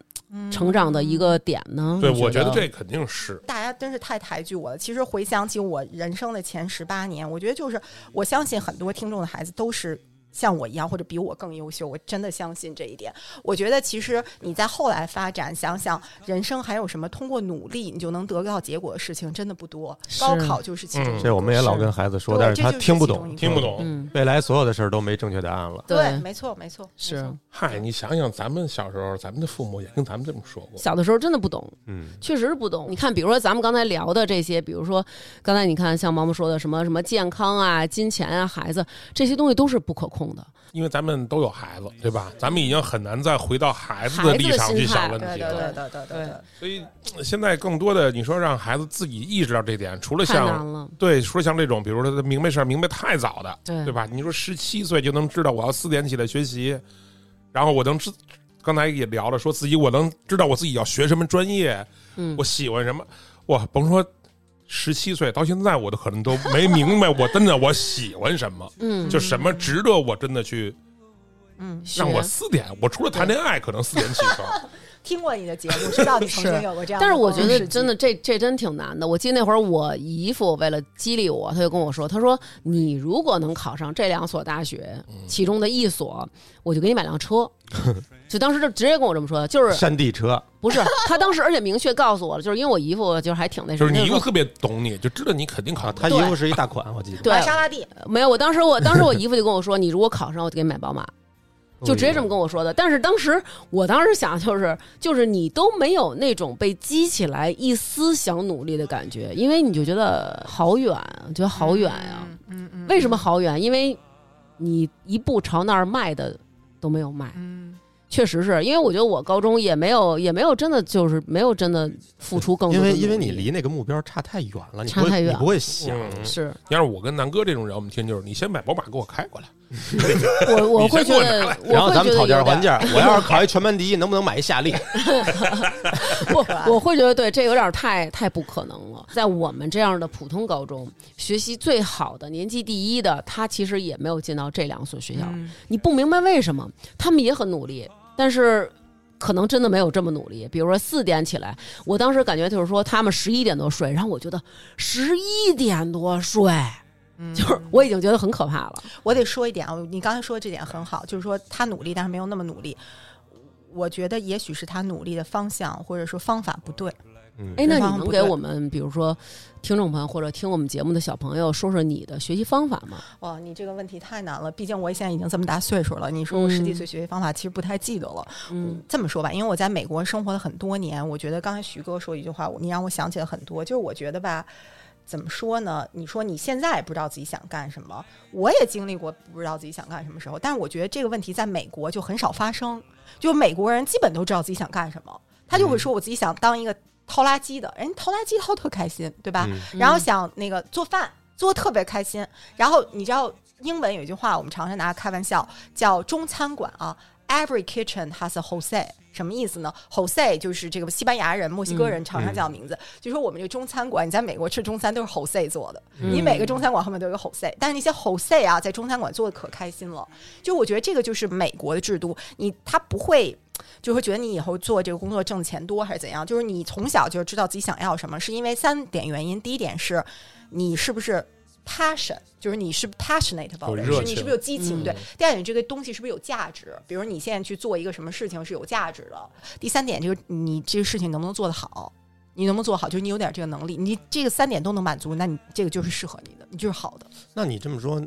成长的一个点呢？嗯对，你我觉觉得这肯定是大家真是太抬举我了。其实回想起我人生的前十八年，我觉得就是我相信很多听众的孩子都是。像我一样，或者比我更优秀，我真的相信这一点。我觉得，其实你在后来发展，想想人生还有什么通过努力你就能得到结果的事情，真的不多。是高考就是其中嗯一 个。这我们也老跟孩子说，对但是他这就是听不其中懂，一个听不。懂。嗯，未来所有的事儿都没正确答案了。对，没错，没错，没是错嗨，你想想，咱们小时候，咱们的父母也跟咱们这么说过。小的时候真的不懂，嗯，确实是不懂。你看，比如说咱们刚才聊的这些，比如说刚才你看像毛毛说的什么什么健康啊、金钱啊、孩子这些东西都是不可控的。因为咱们都有孩子，对吧？咱们已经很难再回到孩子的立场去想问对对题对了。对对对对。所以呃现在更多的，你说让孩子自己意识到这点，除了太难像了，对，除了像这种，比如说他明白事儿明白太早的，对对吧？你说十七岁就能知道我要四点起来学习，然后我能知，刚才也聊了，说自己我能知道我自己要学什么专业，嗯我，喜欢什么，哇，甭说十七岁到现在，我都可能都没明白，我真的我喜欢什么，嗯，就什么值得我真的去嗯，让我学四点，我除了谈恋爱，可能四点起床。听过你的节目，知道你曾经有过这样的但 是我光觉荣事迹。得真的这这真挺难的。我记得那会儿我姨父为了激励我，他就跟我说：“他说你如果能考上这两所大学，嗯其中的一所，我就给你买辆 车。”就当时就直接跟我这么说的，就是山地车，不是他当时，而且明确告诉我了，就是因为我姨父就是还挺那什就么，是你他一说个特别懂你，就知道你肯定考他他一共是一大款，我记得。对玛莎拉蒂，没有，我当时我当时我姨父就跟我说，你如果考上，我就给你买 宝马，就直接这么跟我说的。但是当时我当时想就是就是你都没有那种被激起来一丝想努力的感觉，因为你就觉得好远，啊觉得好远呀、嗯嗯嗯为什么？好远？因为你一步朝那儿迈的都没有迈。嗯，确实是因为我觉得我高中也没有也没有真的就是没有真的付出更多因的努为力，因为你离那个目标差太远了，你差不会太远你不会想。嗯是要是我跟南哥这种人，我们听就是你先把宝马给我开过来，我我你会先觉给我得拿来，我然后会咱觉们得讨价有点还价，我要是考一全班第一，能不能买一夏利？ 不，我会觉得对，这有点太太不可能了。在我们这样的普通高中，学习最好的、年级第一的，他其实也没有进到这两所学校。嗯你不明白为什么，他们也很努力，但是。可能真的没有这么努力。比如说四点起来，我当时感觉就是说他们十一点多睡，然后我觉得十一点多睡，嗯就是我已经觉得很可怕了。我得说一点啊，你刚才说这点很好，就是说他努力，但是没有那么努力。我觉得也许是他努力的方向或者说方法不对。嗯哎，对那你方能不给对我们，比如说听众朋友或者听我们节目的小朋友，说说你的学习方法吗？哇，你这个问题太难了，毕竟我现在已经这么大岁数了。你说我嗯十几岁学习方法，其实不太记得了。嗯这么说吧，因为我在美国生活了很多年，我觉得刚才徐哥说一句话，我你让我想起了很多。就是我觉得吧，怎么说呢？你说你现在也不知道自己想干什么，我也经历过不知道自己想干什么时候，但是我觉得这个问题在美国就很少发生，就美国人基本都知道自己想干什么，他就会说我自己想当一个掏垃圾的，人家掏垃圾掏特开心，对吧？嗯然后想那个做饭做得特别开心，然后你知道英文有一句话我们常常拿它开玩笑，叫中餐馆啊，Every kitchen has a Jose。什么意思呢？Jose 就是这个西班牙人、墨西哥人常常叫的名字，就说我们这中餐馆，你在美国吃中餐都是 Jose 做的，你每个中餐馆后面都有一个 Jose，但是那些 Jose 啊，在中餐馆做的可开心了。就我觉得这个就是美国的制度，你他不会就会觉得你以后做这个工作挣钱多还是怎样？就是你从小就知道自己想要什么，是因为三点原因。第一点是你是不是 passion，就是你是不是 passionate about 有 it，热是你情是不是有激情？嗯对。第二点，这个东西是不是有价值？比如你现在去做一个什么事情是有价值的。第三点，就是你这个事情能不能做得好。你能不能做好？就是你有点这个能力，你这个三点都能满足，那你这个就是适合你的。你就是好的。那你这么说，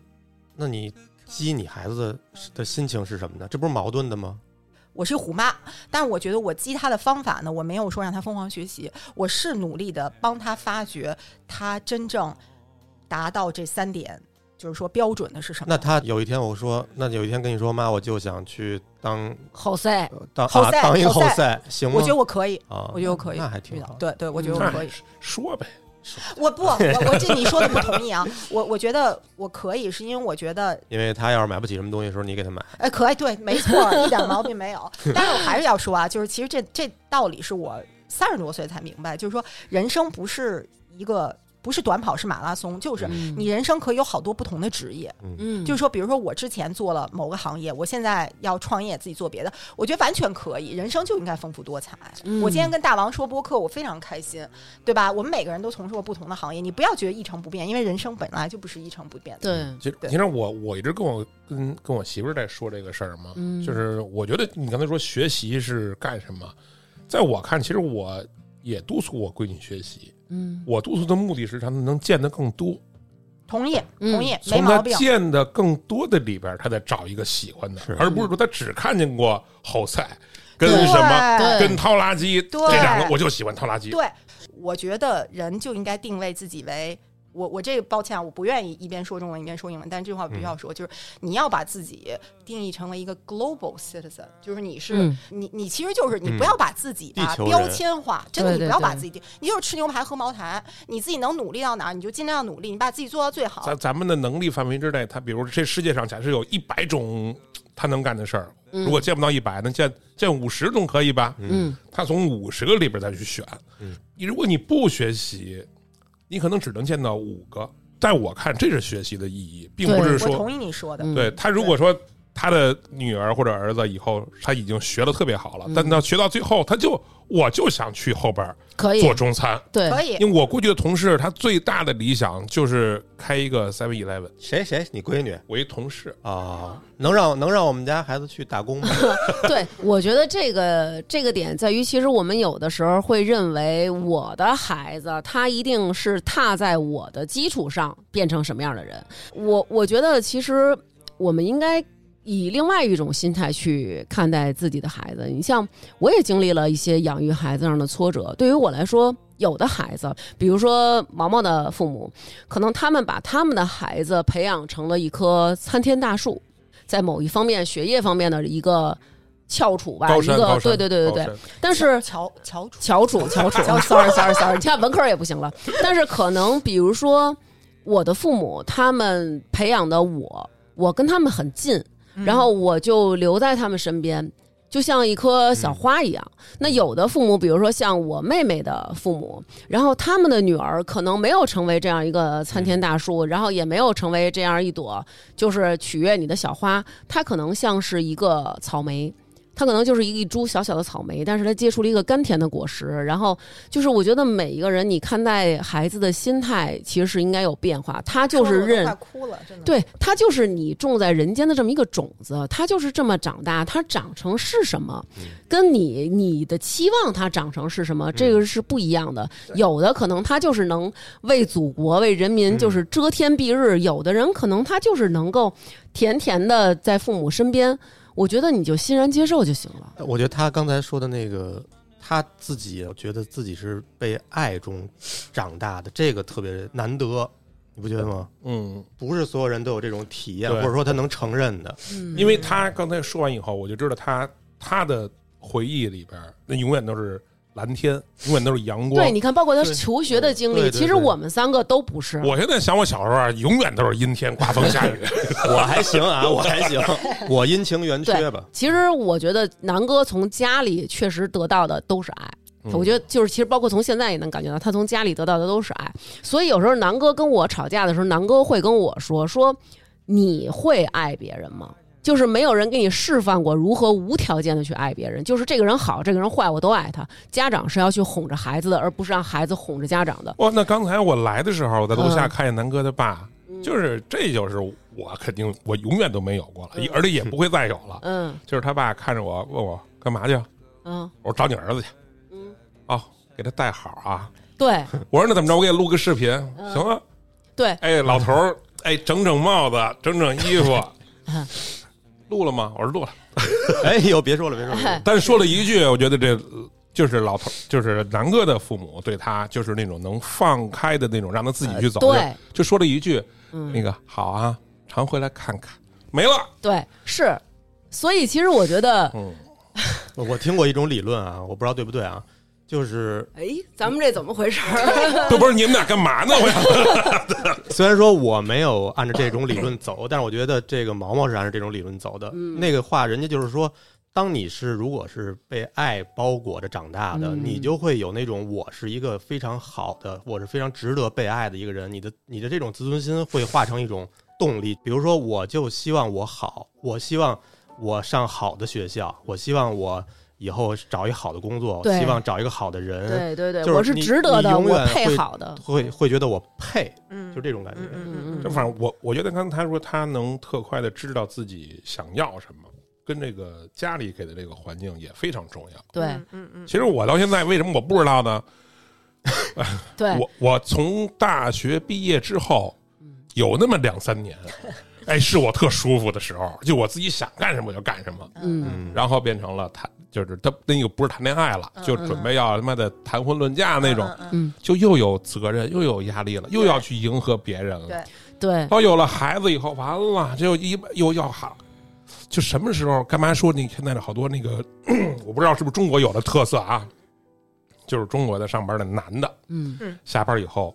那你激你孩子的心情是什么呢？这不是矛盾的吗？我是虎妈，但是我觉得我激他的方法呢，我没有说让他疯狂学习，我是努力的帮他发掘他真正达到这三点，就是说标准的是什么。那他有一天我说，那有一天跟你说，妈，我就想去当后塞，呃当后啊塞当一个后后塞塞，行吗？我觉得我可以，啊，我觉得我可以那还遇挺到好。嗯对对，我觉得那 我可以。说呗，我不，我我这你说的不同意啊。我我觉得我可以，是因为我觉得，因为他要是买不起什么东西的时候，你给他买。哎，可以，对，没错，一点毛病没有。但是我还是要说啊，就是其实这这道理是我三十多岁才明白，就是说人生不是一个不是短跑，是马拉松，就是嗯你人生可以有好多不同的职业。嗯，就是是说，比如说我之前做了某个行业，我现在要创业自己做别的，我觉得完全可以。人生就应该丰富多彩。嗯我今天跟大王说播客，我非常开心，对吧？我们每个人都从事过不同的行业，你不要觉得一成不变，因为人生本来就不是一成不变的。对，其实嗯对你看我我一直跟我跟跟我媳妇儿在说这个事儿嘛，嗯就是我觉得你刚才说学习是干什么，在我看，其实我也督促我闺女学习，嗯我督促的目的是让她能见得更多，同意，嗯同意，没从她毛病。见的更多的里边儿，她再找一个喜欢的是，而不是说她只看见过后塞跟对什么对跟掏垃圾对这两个，我就喜欢掏垃圾。对，我觉得人就应该定位自己为。我我这个抱歉啊，我不愿意一边说中文一边说英文，但这句话嗯我必须要说，就是你要把自己定义成为一个 global citizen，就是你是、嗯你你其实就是你嗯不要把自己地啊球标人签化，真的你对不对要把对自己定，你就是吃牛排喝茅台，你自己能努力到哪儿你就尽量努力，你把自己做到最好咱。咱们的能力范围之内，他比如这世界上假设有一百种他能干的事儿，嗯如果见不到一百，能见见五十总可以吧？嗯他从五十个里边再去选。嗯你如果你不学习，你可能只能见到五个。在我看，这是学习的意义，并不是我说同意你说的，嗯对他如果说他的女儿或者儿子以后他已经学的特别好了，嗯但到学到最后，他就我就想去后边儿可以做中餐，对，可以。因为我过去的同事他最大的理想就是开一个 Seven Eleven。谁谁？你闺女我一同事，啊？能让能让我们家孩子去打工吗？对，我觉得这个这个点在于，其实我们有的时候会认为我的孩子他一定是踏在我的基础上变成什么样的人。我我觉得其实我们应该。以另外一种心态去看待自己的孩子，你像我也经历了一些养育孩子上的挫折。对于我来说，有的孩子，比如说毛毛的父母，可能他们把他们的孩子培养成了一棵参天大树，在某一方面学业方面的一个翘楚吧，高一山，个高对对山，对对高对。山，但是乔乔楚，翘楚翘楚，sorry sorry sorry，你看文科也不行了。但是可能比如说我的父母他们培养的我，我跟他们很近，然后我就留在他们身边。就像一棵小花一样，那有的父母，比如说像我妹妹的父母，然后他们的女儿可能没有成为这样一个参天大树，然后也没有成为这样一朵就是取悦你的小花，她可能像是一个草莓，它可能就是一株小小的草莓，但是它结出了一个甘甜的果实。然后就是，我觉得每一个人你看待孩子的心态其实是应该有变化，他就说是得我都认快哭了，嗯真的。对，它就是你种在人间的这么一个种子，它就是这么长大，它长成是什么，嗯跟你你的期望它长成是什么，这嗯个是不一样的。有的可能它就是能为祖国、为人民嗯就是遮天蔽日，有的人可能他就是能够甜甜的在父母身边，我觉得你就欣然接受就行 了。我觉得他刚才说的那个，他自己觉得自己是被爱中长大的，这个特别难得，你不觉得吗？嗯，不是所有人都有这种体验，对或者说他能承认的。嗯因为他刚才说完以后，我就知道他他的回忆里边，那永远都是蓝天，永远都是阳光对，。你看，包括他对求学的经对历，对其实对我们三个都不是。我现在想我小时候啊，永远都是阴天、刮风、下 雨。我还行啊，我还 行，我阴晴圆缺吧。其实我觉得南哥从家里确实得到的都是爱。我觉得就是，其实包括从现在也能感觉到，他从家里得到的都是爱。所以有时候南哥跟我吵架的时候，南哥会跟我说：“说你会爱别人吗？就是没有人给你示范过如何无条件的去爱别人，就是这个人好，这个人坏，我都爱他。家长是要去哄着孩子的，而不是让孩子哄着家长的。哦，那刚才我来的时候，我在楼下嗯看见南哥他爸，就是这就是我肯定我永远都没有过了，而且也不会再有了。嗯就是他爸看着我问我干嘛去啊，嗯，我说找你儿子去。嗯啊，给他带好啊。对，嗯我说那怎么着，我给你录个视频，行啊。对， 哎，老头儿，哎，整整帽子，整整衣服，嗯 录了吗？我说录了，哎呦，别说了，别说 了，但是说了一句，我觉得这呃就是老头儿，就是南哥的父母对他就是那种能放开的那种，让他自己去走，呃对就就说了一句，嗯那个好啊，常回来看看，没 了，对，是。所以其实我觉得，嗯，我听过一种理论啊，我不知道对不对啊，就是哎，咱们这怎么回事儿？这不是你们俩干嘛呢？我想 虽然说我没有按照这种理论走，但是我觉得这个毛毛是按照这种理论走的。嗯那个话，人家就是说，当你是如果是被爱包裹着长大的，嗯你就会有那种我是一个非常好的，我是非常值得被爱的一个人。你的你的这种自尊心会化成一种动力，比如说，我就希望我好，我希望我上好的学校，我希望我以后找一好的工作，我对希望找一个好的人，对对对，哎就是我是你值得你的，永远我配会好的。会会觉得我配，嗯，就这种感觉。嗯嗯嗯嗯 这反正我我觉得刚才他说他能特快的知道自己想要什么，跟这个家里给的这个环境也非常重要。对嗯嗯嗯其实我到现在为什么我不知道呢？对，我我从大学毕业之后，嗯有那么两 三年，哎，是我特舒服的时候，就我自己想干什么我就干什么，嗯，嗯然后变成了谈，就是他那个不是谈恋爱了，就准备要他妈的谈婚论嫁那种，嗯嗯嗯就又有责任又有压力了，又要去迎合别人了对。对，到有了孩子以后，完了，就一又要喊，就什么时候干嘛说你现在的好多那个， 我不知道是不是中国有的特色啊，就是中国的上班的男的嗯，下班以后，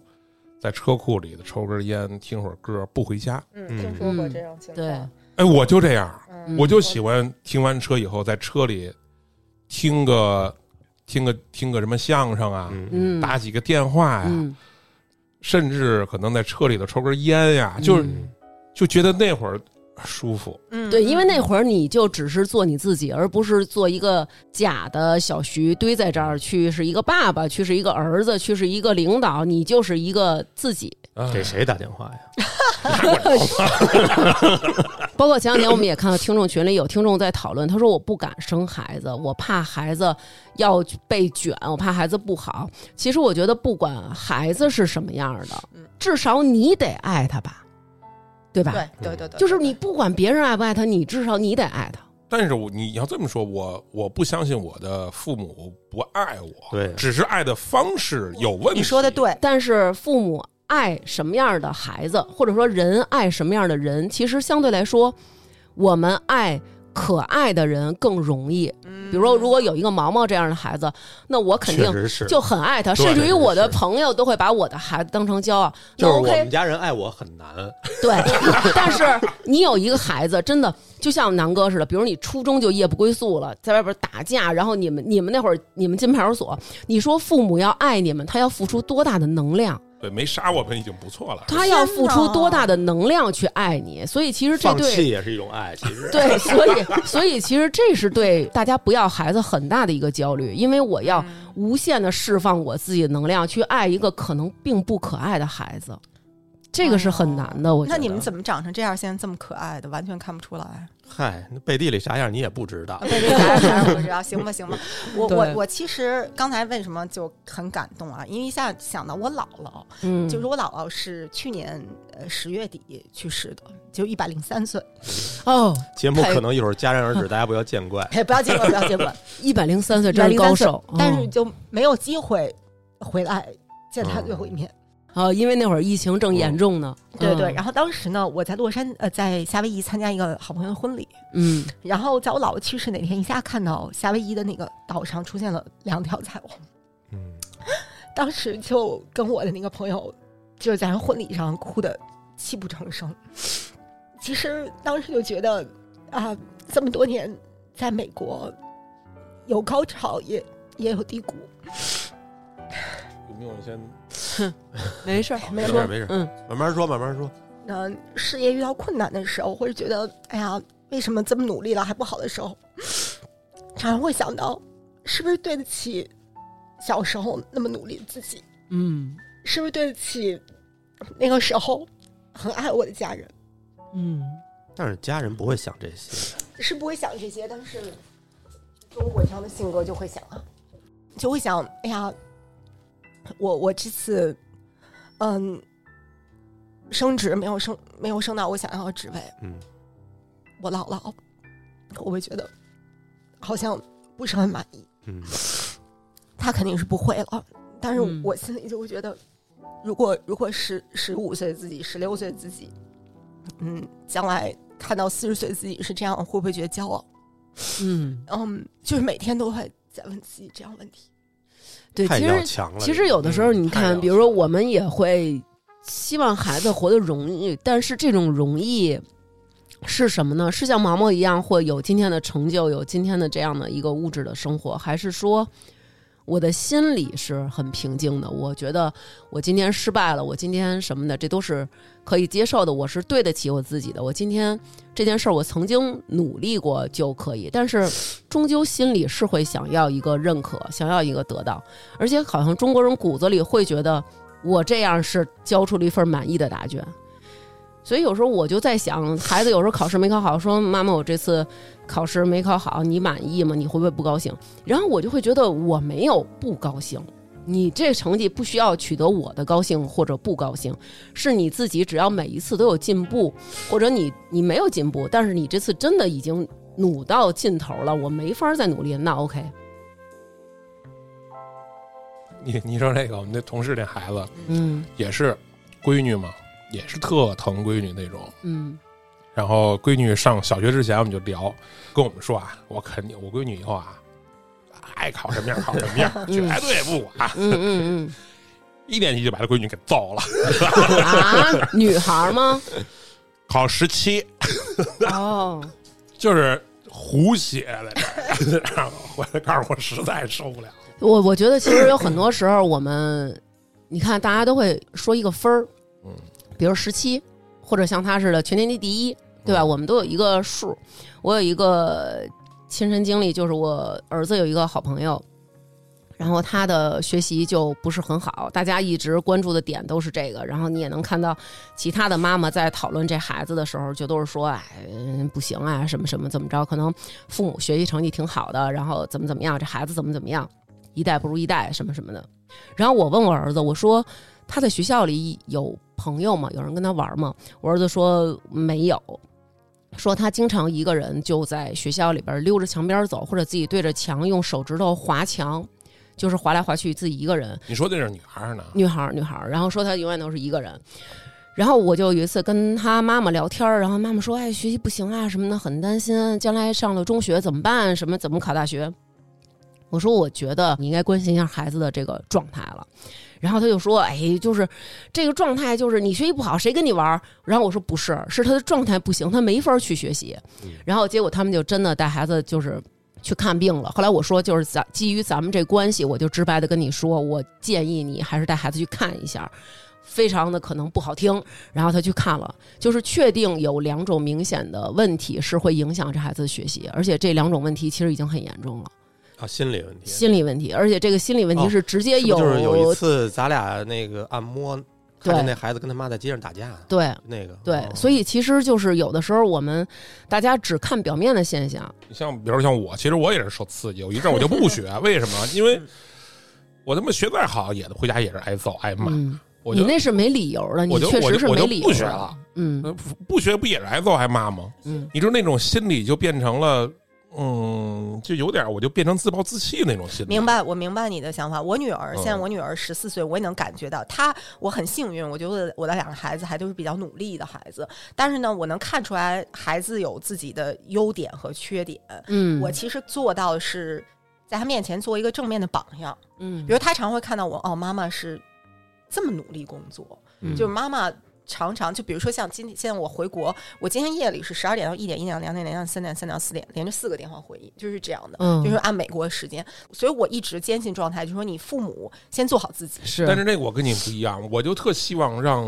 在车库里头抽根烟，听会儿歌，不回家。嗯，嗯听说过这种情况，对，哎，我就这样，嗯我就喜欢听完车以后，在车里听个听个听个什么相声啊，嗯嗯，打几个电话呀、嗯，甚至可能在车里头抽根烟呀、就是嗯就觉得那会儿舒服。嗯对，因为那会儿你就只是做你自己，而不是做一个假的小徐堆在这儿去是一个爸爸，去是一个儿子，去是一个领导，你就是一个自己。啊给谁打电话呀？ 包括前两天我们也看到听众群里有听众在讨论，他说我不敢生孩子，我怕孩子要被卷，我怕孩子不好。其实我觉得不管孩子是什么样的嗯，至少你得爱他吧，对吧？对对对对，就是你不管别人爱不爱他，你至少你得爱他。但是我你要这么说，我我不相信我的父母不爱我，对只哦是爱的方式有问题。你说的，对，但是父母爱什么样的孩子，或者说人爱什么样的人，其实相对来说，我们爱可爱的人更容易。比比如说，如果有一个毛毛这样的孩子，那我肯定确实是就很爱他，对甚至于是我的是朋友都会把我的孩子当成骄傲。那就是我 OK，们家人爱我很难，对，但是你有一个孩子，真的就像南哥似的，比如你初中就夜不归宿了，在外边打架，然后你们你们那会儿你们进派出所，你说父母要爱你们，他要付出多大的能量？对，没杀我们已经不错了。他要付出多大的能量去爱你？所以其实这放对弃也是一种爱，其实。对，所以所以其实这是对大家不要孩子很大的一个焦虑，因为我嗯要无限的释放我自己的能量去爱一个可能并不可爱的孩子，这个是很难的。我觉那得你们怎么长成这样，现在这么可爱的，完全看不出来。嗨，那背地里啥样你也不知啊道。对对对，不知道，行吧行 吧。我对我我其实刚才为什么就很感动啊？因为一下想到我姥姥，嗯就是我姥姥是去年呃十月底去世的，就一百零三岁。 哦，节目可能一会儿戛然而止，大家不要见怪。哎，不要结婚，不要结婚，一百零三岁真是高手，但是嗯就没有机会回来见他最后一面。哦，因为那会儿疫情正严重呢。哦对对，嗯然后当时呢，我在洛杉呃，在夏威夷参加一个好朋友的婚礼，嗯，然后在我姥姥去世那天，一下看到夏威夷的那个岛上出现了两条彩虹，嗯，当时就跟我的那个朋友，就是在婚礼上哭的泣不成声。其实当时就觉得啊，这么多年在美国，有高潮也也有低谷，有没有先没事儿，没事说儿没事儿嗯，慢慢说，慢慢说。那事业遇到困难的时候，或者觉得哎呀，为什么这么努力了还不好的时候，常常会想到，是不是对得起小时候那么努力的自己？嗯是不是对得起那个时候很爱我的家人？嗯，但是家人不会想这些，是不会想这些，但是中国这样的性格就会想啊，就会想，哎呀，我我这次，嗯，升职没有升没有升到我想要的职位，嗯，我姥姥，我会觉得好像不是很满意。嗯他肯定是不会了，但是嗯我心里就会觉得，如果如果十十五岁自己、十六岁自己，嗯，将来看到四十岁自己是这样，会不会觉得骄傲？嗯，嗯，就是每天都会在问自己这样问题。对，太其要实强了。其实有的时候，你看，比如说我们也会希望孩子活得容易，但是这种容易是什么呢？是像毛毛一样，会有今天的成就，有今天的这样的一个物质的生活，还是说我的心里是很平静的？我觉得我今天失败了，我今天什么的，这都是可以接受的，我是对得起我自己的。我今天这件事儿，我曾经努力过就可以，但是终究心里是会想要一个认可，想要一个得到。而且好像中国人骨子里会觉得我这样是交出了一份满意的答卷。所以有时候我就在想，孩子有时候考试没考好，说妈妈我这次考试没考好，你满意吗？你会不会不高兴？然后我就会觉得我没有不高兴，你这成绩不需要取得我的高兴或者不高兴，是你自己只要每一次都有进步，或者你你没有进步，但是你这次真的已经努到尽头了，我没法再努力，那 OK，你你说这个，我们那同事那孩子嗯也是闺女嘛，也是特疼闺女那种。嗯然后闺女上小学之前，我们就聊，跟我们说啊，我肯定我闺女以后啊，爱考什么样考什么样， 绝对不管。嗯嗯一年级就把她闺女给揍了，嗯啊，女孩吗？考十七哦，就是胡写在这儿， 然后回来告诉我实在受不了。我我觉得其实有很多时候我们，你看大家都会说一个分儿，嗯，比如十七，或者像他似的全年级第一，对吧？嗯我们都有一个数。我有一个亲身经历，就是我儿子有一个好朋友，然后他的学习就不是很好，大家一直关注的点都是这个。然后你也能看到其他的妈妈在讨论这孩子的时候，就都是说，哎，嗯不行啊，什么什么怎么着？可能父母学习成绩挺好的，然后怎么怎么样，这孩子怎么怎么样，一代不如一代，什么什么的。然后我问我儿子，我说他在学校里有朋友吗？有人跟他玩吗？我儿子说没有，说他经常一个人就在学校里边溜着墙边走，或者自己对着墙用手指头划墙，就是划来划去自己一个人。你说那是女孩儿呢？女孩儿，女孩儿，然后说她永远都是一个人。然后我就有一次跟她妈妈聊天儿，然后妈妈说：“哎，学习不行啊什么的，很担心，将来上了中学怎么办？什么怎么考大学？”我说：“我觉得你应该关心一下孩子的这个状态了。”然后她就说：“哎，就是这个状态，就是你学习不好，谁跟你玩儿？”然后我说：“不是，是他的状态不行，他没法儿去学习。”然后结果他们就真的带孩子就是去看病了。后来我说，就是咱基于咱们这关系，我就直白的跟你说，我建议你还是带孩子去看一下，非常的可能不好听。然后他去看了，就是确定有两种明显的问题是会影响这孩子的学习，而且这两种问题其实已经很严重了，啊，心理问题。心理问题，而且这个心理问题哦是直接是不有、哦是就是有一次咱俩那个按摩，看见对那孩子跟他妈在街上打架，对。那个哦对，所以其实就是有的时候我们大家只看表面的现象，你像比如像我，其实我也是受刺激，有一阵儿我就不学，为什么？因为我他妈学再好，也回家也是挨揍挨骂。嗯，我你就那是没理由的，你我就确我实就是我就没理由不学的了，嗯呃不不学不也是挨揍挨骂吗？嗯，你知道那种心理就变成了，嗯，就有点儿我就变成自暴自弃那种心理。明？白，我明白你的想法。我女儿嗯现在，我女儿十四岁，我也能感觉到她，我很幸运。我觉得我的两个孩子还都是比较努力的孩子，但是呢，我能看出来孩子有自己的优点和缺点。嗯，我其实做到的是在他面前做一个正面的榜样。嗯，比如他常会看到我，哦，妈妈是这么努力工作，嗯就是妈妈常常就比如说像今天现在我回国，我今天夜里是十二点到一点、一点、两点、两点、三点、三点、四点，连着四个电话会议，就是这样的，嗯就是按美国的时间。所以我一直坚信状态，就是说你父母先做好自己。是，但是这个我跟你不一样，我就特希望让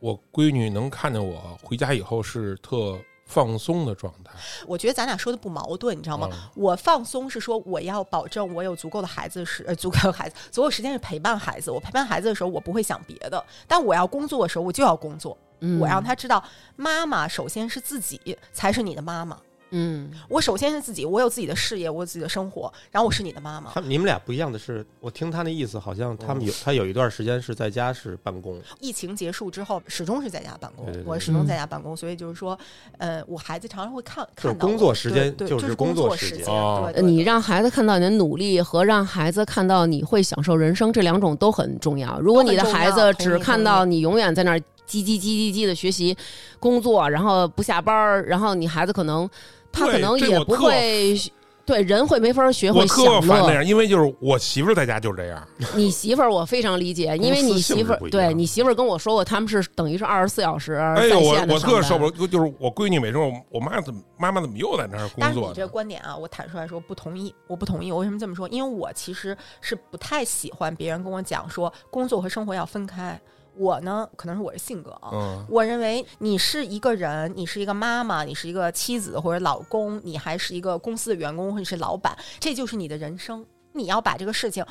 我闺女能看见我回家以后是特放松的状态。我觉得咱俩说的不矛盾，你知道吗？嗯我放松是说我要保证我有足够的孩子时，呃，足够的孩子，足够时间是陪伴孩子。我陪伴孩子的时候，我不会想别的，但我要工作的时候，我就要工作。嗯我让他知道，妈妈首先是自己，才是你的妈妈。嗯，我首先是自己，我有自己的事业，我有自己的生活，然后我是你的妈妈。他你们俩不一样的是，我听他那意思，好像他们有他有一段时间是在家是办公，疫情结束之后，始终是在家办公，对对对我始终在家办公，所以就是说，呃，我孩子常常会看就是看到我工作时间对对就就是是工作作时间间哦对对对你让孩子看到你的努力和让孩子看到你会享受人生，这两种都很重要。如果你的孩都子很重要只看到你永远在那儿叽叽叽叽叽的学习、工作，然后不下班儿，然后你孩子可能他对可能这也我不特会。对人会没法学我会享特烦那乐。样，因为就是我媳妇儿在家就这样，你媳妇儿我非常理解，因为你媳妇公司性质儿不一样对你媳妇儿跟我说过，他们是等于是二十四小时哎在呦，我线的我特受上不班。了，就是我闺女每周我我妈怎么妈妈怎么又在那儿但是工作你这个呢？观点啊，我坦率来说不同意，我不同意。我为什么这么说？因为我其实是不太喜欢别人跟我讲说工作和生活要分开。我呢，可能是我是性格啊，嗯，我认为你是一个人，你是一个妈妈，你是一个妻子或者老公，你还是一个公司的员工或者是老板，这就是你的人生。你要把这个事情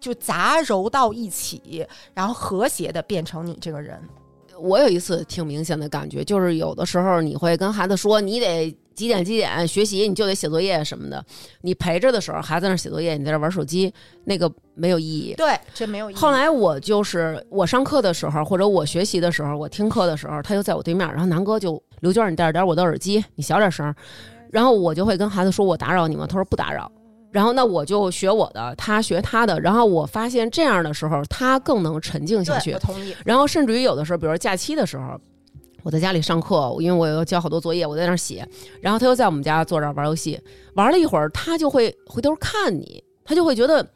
就杂糅到一起，然后和谐的变成你这个人。我有一次挺明显的感觉，就是有的时候你会跟孩子说，你得几点几点学习，你就得写作业什么的。你陪着的时候，孩子在那儿写作业，你在这儿玩手机，那个没有意义。对，这没有意义。后来我就是我上课的时候，或者我学习的时候，我听课的时候，他就在我对面。然后南哥就刘娟，你戴着点我的耳机，你小点声。然后我就会跟孩子说，我打扰你吗？他说不打扰。然后那我就学我的，他学他的。然后我发现这样的时候，他更能沉静下去对，我。同意。然后甚至于有的时候，比如说假期的时候，我在家里上课，因为我要交好多作业，我在那儿写，然后他又在我们家坐这儿玩游戏，玩了一会儿，他就会回头看你，他就会觉得。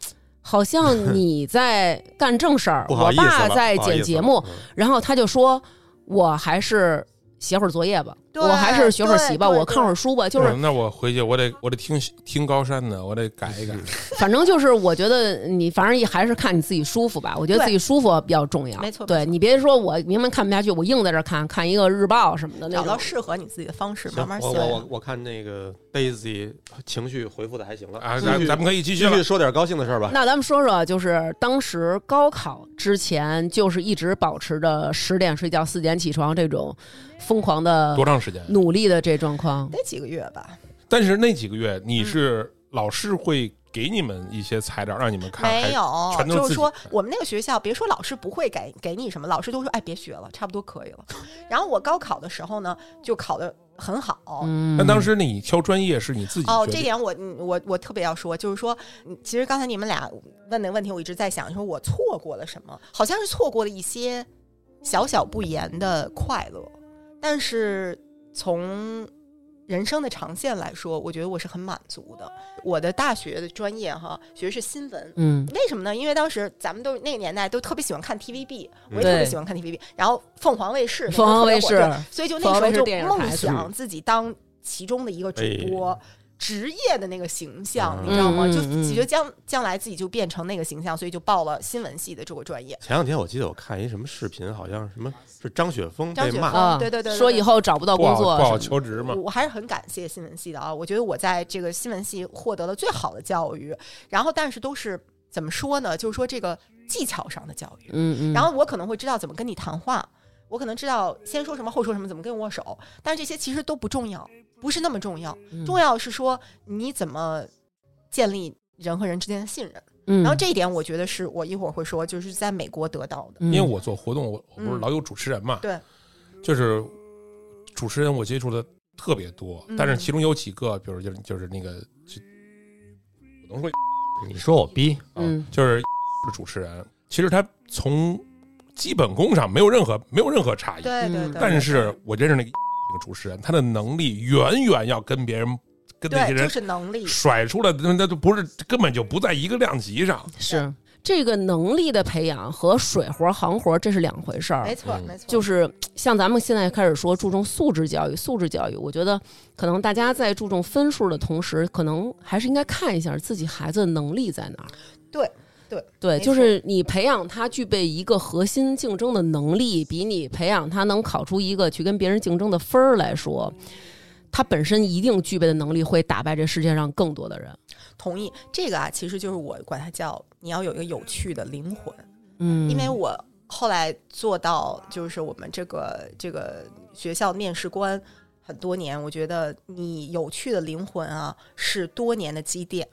好像 你在干正事儿，不好我意思爸了，在不好意思剪了节目，嗯然后他就说：“我还是写会儿作业吧，对我还是学会儿习吧，对对我看会儿书吧。”就是嗯那我回去我得我得听听高山的，我得改一改。反正就是，我觉得你反正也还是看你自己舒服吧。我觉得对自己舒服比较重要。没错没错对你别说我明明看不下去，我硬在这儿看看一个日报什么的那找到种。适合你自己的方式，慢行，慢我我我修。我看那个 Daisy 情绪回复的还行了啊，继咱续咱们可以继继续了续。说点高兴的事儿吧。那咱们说说，就是当时高考之前，就是一直保持着十点睡觉、四点起床这种疯狂的多长时间？啊努力的这状况。得几个月吧？但是那几个月嗯你是老师会给你们一些材料让你们看，还没是有全，都是就自是己说看我们那个学校，别说老师不会给给你什么，老师都说哎别学了，差不多可以了。然后我高考的时候呢，就考得很好，嗯，那当时你挑专业是你自己哦，这决定点我嗯我我特别要说，就是说，嗯其实刚才你们俩问的问题，我一直在想，说我错过了什么？好像是错过了一些小小不言的快乐，但是从人生的长线来说，我觉得我是很满足的。我的大学的专业哈，学的是新闻。嗯，为什么呢？因为当时咱们都那个年代都特别喜欢看 TVB，我也对特别喜欢看 TVB，然后凤凰卫视，凤凰卫那时候特别火视对所以就凤那时候凰卫视就电视台梦想自己当其中的一个主播，职业的那个形象，嗯你知道吗？嗯就嗯觉得将将来自己就变成那个形象，所以就报了新闻系的这个专业。前两天我记得我看一什么视频，好像什么是张雪峰张被雪骂，啊，峰，对对对，对说对以后找不到不工好作不好什么的求职嘛？我还是很感谢新闻系的啊，我觉得我在这个新闻系获得了最好的教育，然后但是都是怎么说呢？就是说这个技巧上的教育，嗯嗯，然后我可能会知道怎么跟你谈话，我可能知道先说什么后说什么，怎么跟你握手，但是这些其实都不重要，不是那么重要。嗯重要是说你怎么建立人和人之间的信任。嗯，然后这一点，我觉得是我一会儿会说，就是在美国得到的。嗯，因为我做活动，我我不是嗯老有主持人嘛，对，就是主持人我接触的特别多，嗯但是其中有几个，比如就是就是那个，就我能说你说我逼，啊嗯，就是主持人，其实他从基本功上没有任何没有任何差异，对嗯对对。嗯但是我认识那个那个主持人，他的能力远远要跟别人跟那些对，就人是能力。甩出来的，那那都不是根本就不在一个量级上。是这个能力的培养和水活儿行活儿这是两回事儿，没错，嗯没错，就是是像咱们现在开始说注重素质教育，素质教育，我觉得可能大家在注重分数的同时，可能还是应该看一下自己孩子的能力在哪儿。对对没对，错就是你培养他具备一个核心竞争的能力，比你培养他能考出一个去跟别人竞争的分儿来说。他本身一定具备的能力会打败这世界上更多的人。同意这个啊，其实就是我管它叫你要有一个有趣的灵魂。嗯，因为我后来做到就是我们这个这个学校面试官很多年，我觉得你有趣的灵魂啊，是多年的积淀。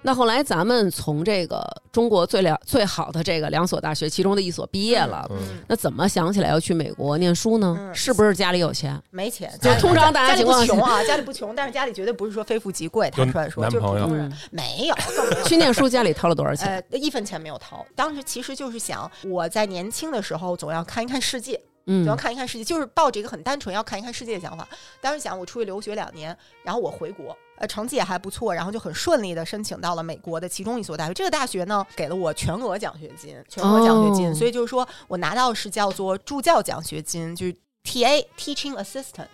那后来咱们从这个中国最了最好的这个两所大学其中的一所毕业了，嗯，那怎么想起来要去美国念书呢？嗯是不是家里有钱？没钱，就家里通常大家家里情不况穷啊，家里不穷，但是家里绝对不是说非富即贵。坦率说，有就是男朋普友通嗯人，没 有，更没有去念书家里掏了多少钱？呃，一分钱没有掏。当时其实就是想，我在年轻的时候总要看一看世界，嗯总要看一看世界，就是抱着一个很单纯要看一看世界的想法。当时想，我出去留学两年，然后我回国，呃，成绩也还不错，然后就很顺利的申请到了美国的其中一所大学。这个大学呢，给了我全额奖学金，全额奖学金，哦所以就是说我拿到是叫做助教奖学金，就是 TA Teaching Assistant，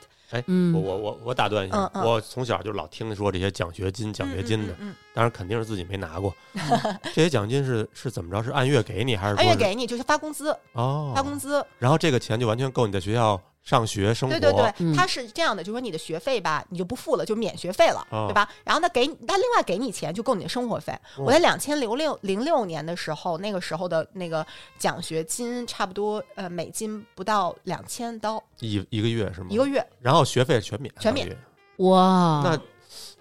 嗯哎我我我我打断一下，嗯嗯我从小就老听说这些奖学金、奖学金的，嗯嗯嗯嗯当然肯定是自己没拿 过。这些奖金是是怎么着？是按月给你还是说按是？月给你就是发工资，哦，发工资。然后这个钱就完全够你在学校上学生活。对对对，嗯他是这样的，就是说你的学费吧，你就不付了，就免学费了，哦对吧？然后呢，给你，他另外给你钱，就够你的生活费。哦我在两千零六零六年的时候，那个时候的那个奖学金差不多呃美金不到两千刀一一个月是吗？一个。月，然后学费全免，全免相当于。哇，那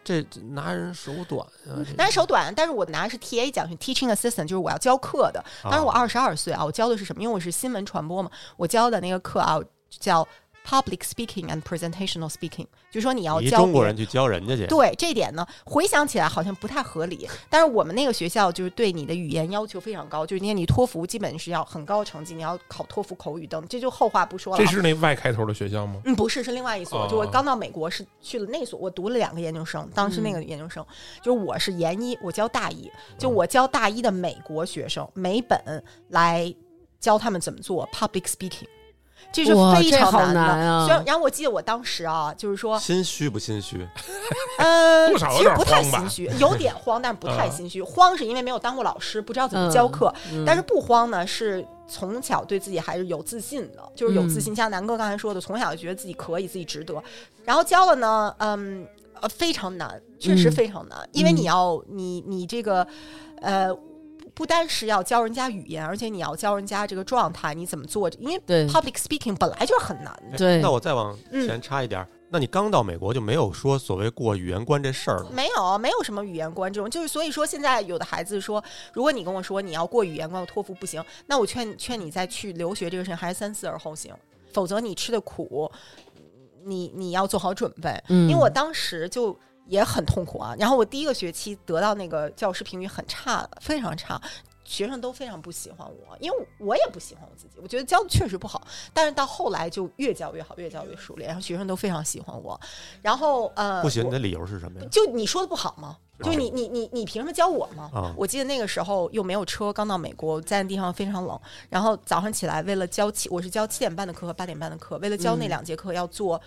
这这拿人手短啊！这嗯但是手短，但是我拿的是 TA 奖学 Teaching Assistant，就是我要教课的。当时我哦二十二岁啊，我教的是什么？因为我是新闻传播嘛，我教的那个课啊叫 Public Speaking and Presentational Speaking，就是说你要你一教中别国人去教人家去，对这一点呢，回想起来好像不太合理。但是我们那个学校就是对你的语言要求非常高，就是你你托福基本是要很高成绩，你要考托福口语等，这就后话不说了这啊。是那 Y 开头的学校吗？嗯，不是，是另外一所。哦就我刚到美国是去了那所，我读了两个研究生，当时那个嗯研究生、就是我是研一，我教大一，就嗯我教大一的美国学生美本来教他们怎么做 public speaking，这是哇非这常好的。难啊虽然，然后我记得我当时啊，就是说心虚不心虚？ 呃，多少其有实点不太慌吧嗯心虚， 有点慌，但是不太心虚。慌是因为没有当过老师，不知道怎嗯么教课；但是不慌呢，是从小对自己还是有自信的，就是嗯有自信。像南哥刚才说的，从小就觉得自己可以，自己值得。然后教了呢，嗯，呃，非常难，确实嗯非常难，因为你要你你这个，呃。不单是要教人家语言，而且你要教人家这个状态，你怎么做？因为对 public speaking 本来就是很难的，哎对那我再往嗯前插一点儿，那你刚到美国就没有说所谓过语言关这事儿吗？没有，没有什么语言关这种，就是所以说现在有的孩子说，如果你跟我说你要过语言关，我托福不行，那我劝劝你再去留学这个事情还是三思而后行，否则你吃的苦，你你要做好准备。嗯因为我当时就也很痛苦啊，然后我第一个学期得到那个教师评语很差，非常差。学生都非常不喜欢我，因为我也不喜欢我自己，我觉得教的确实不好。但是到后来就越教越好，越教越熟练，然后学生都非常喜欢我。然后呃，不行，我你的理由是什么呀？就你说的不好吗？就你你你你凭什么教我吗？啊我记得那个时候又没有车，刚到美国，在那地方非常冷。然后早上起来，为了教七，我是教七点半的课和八点半的课，为了教那嗯两节课，要坐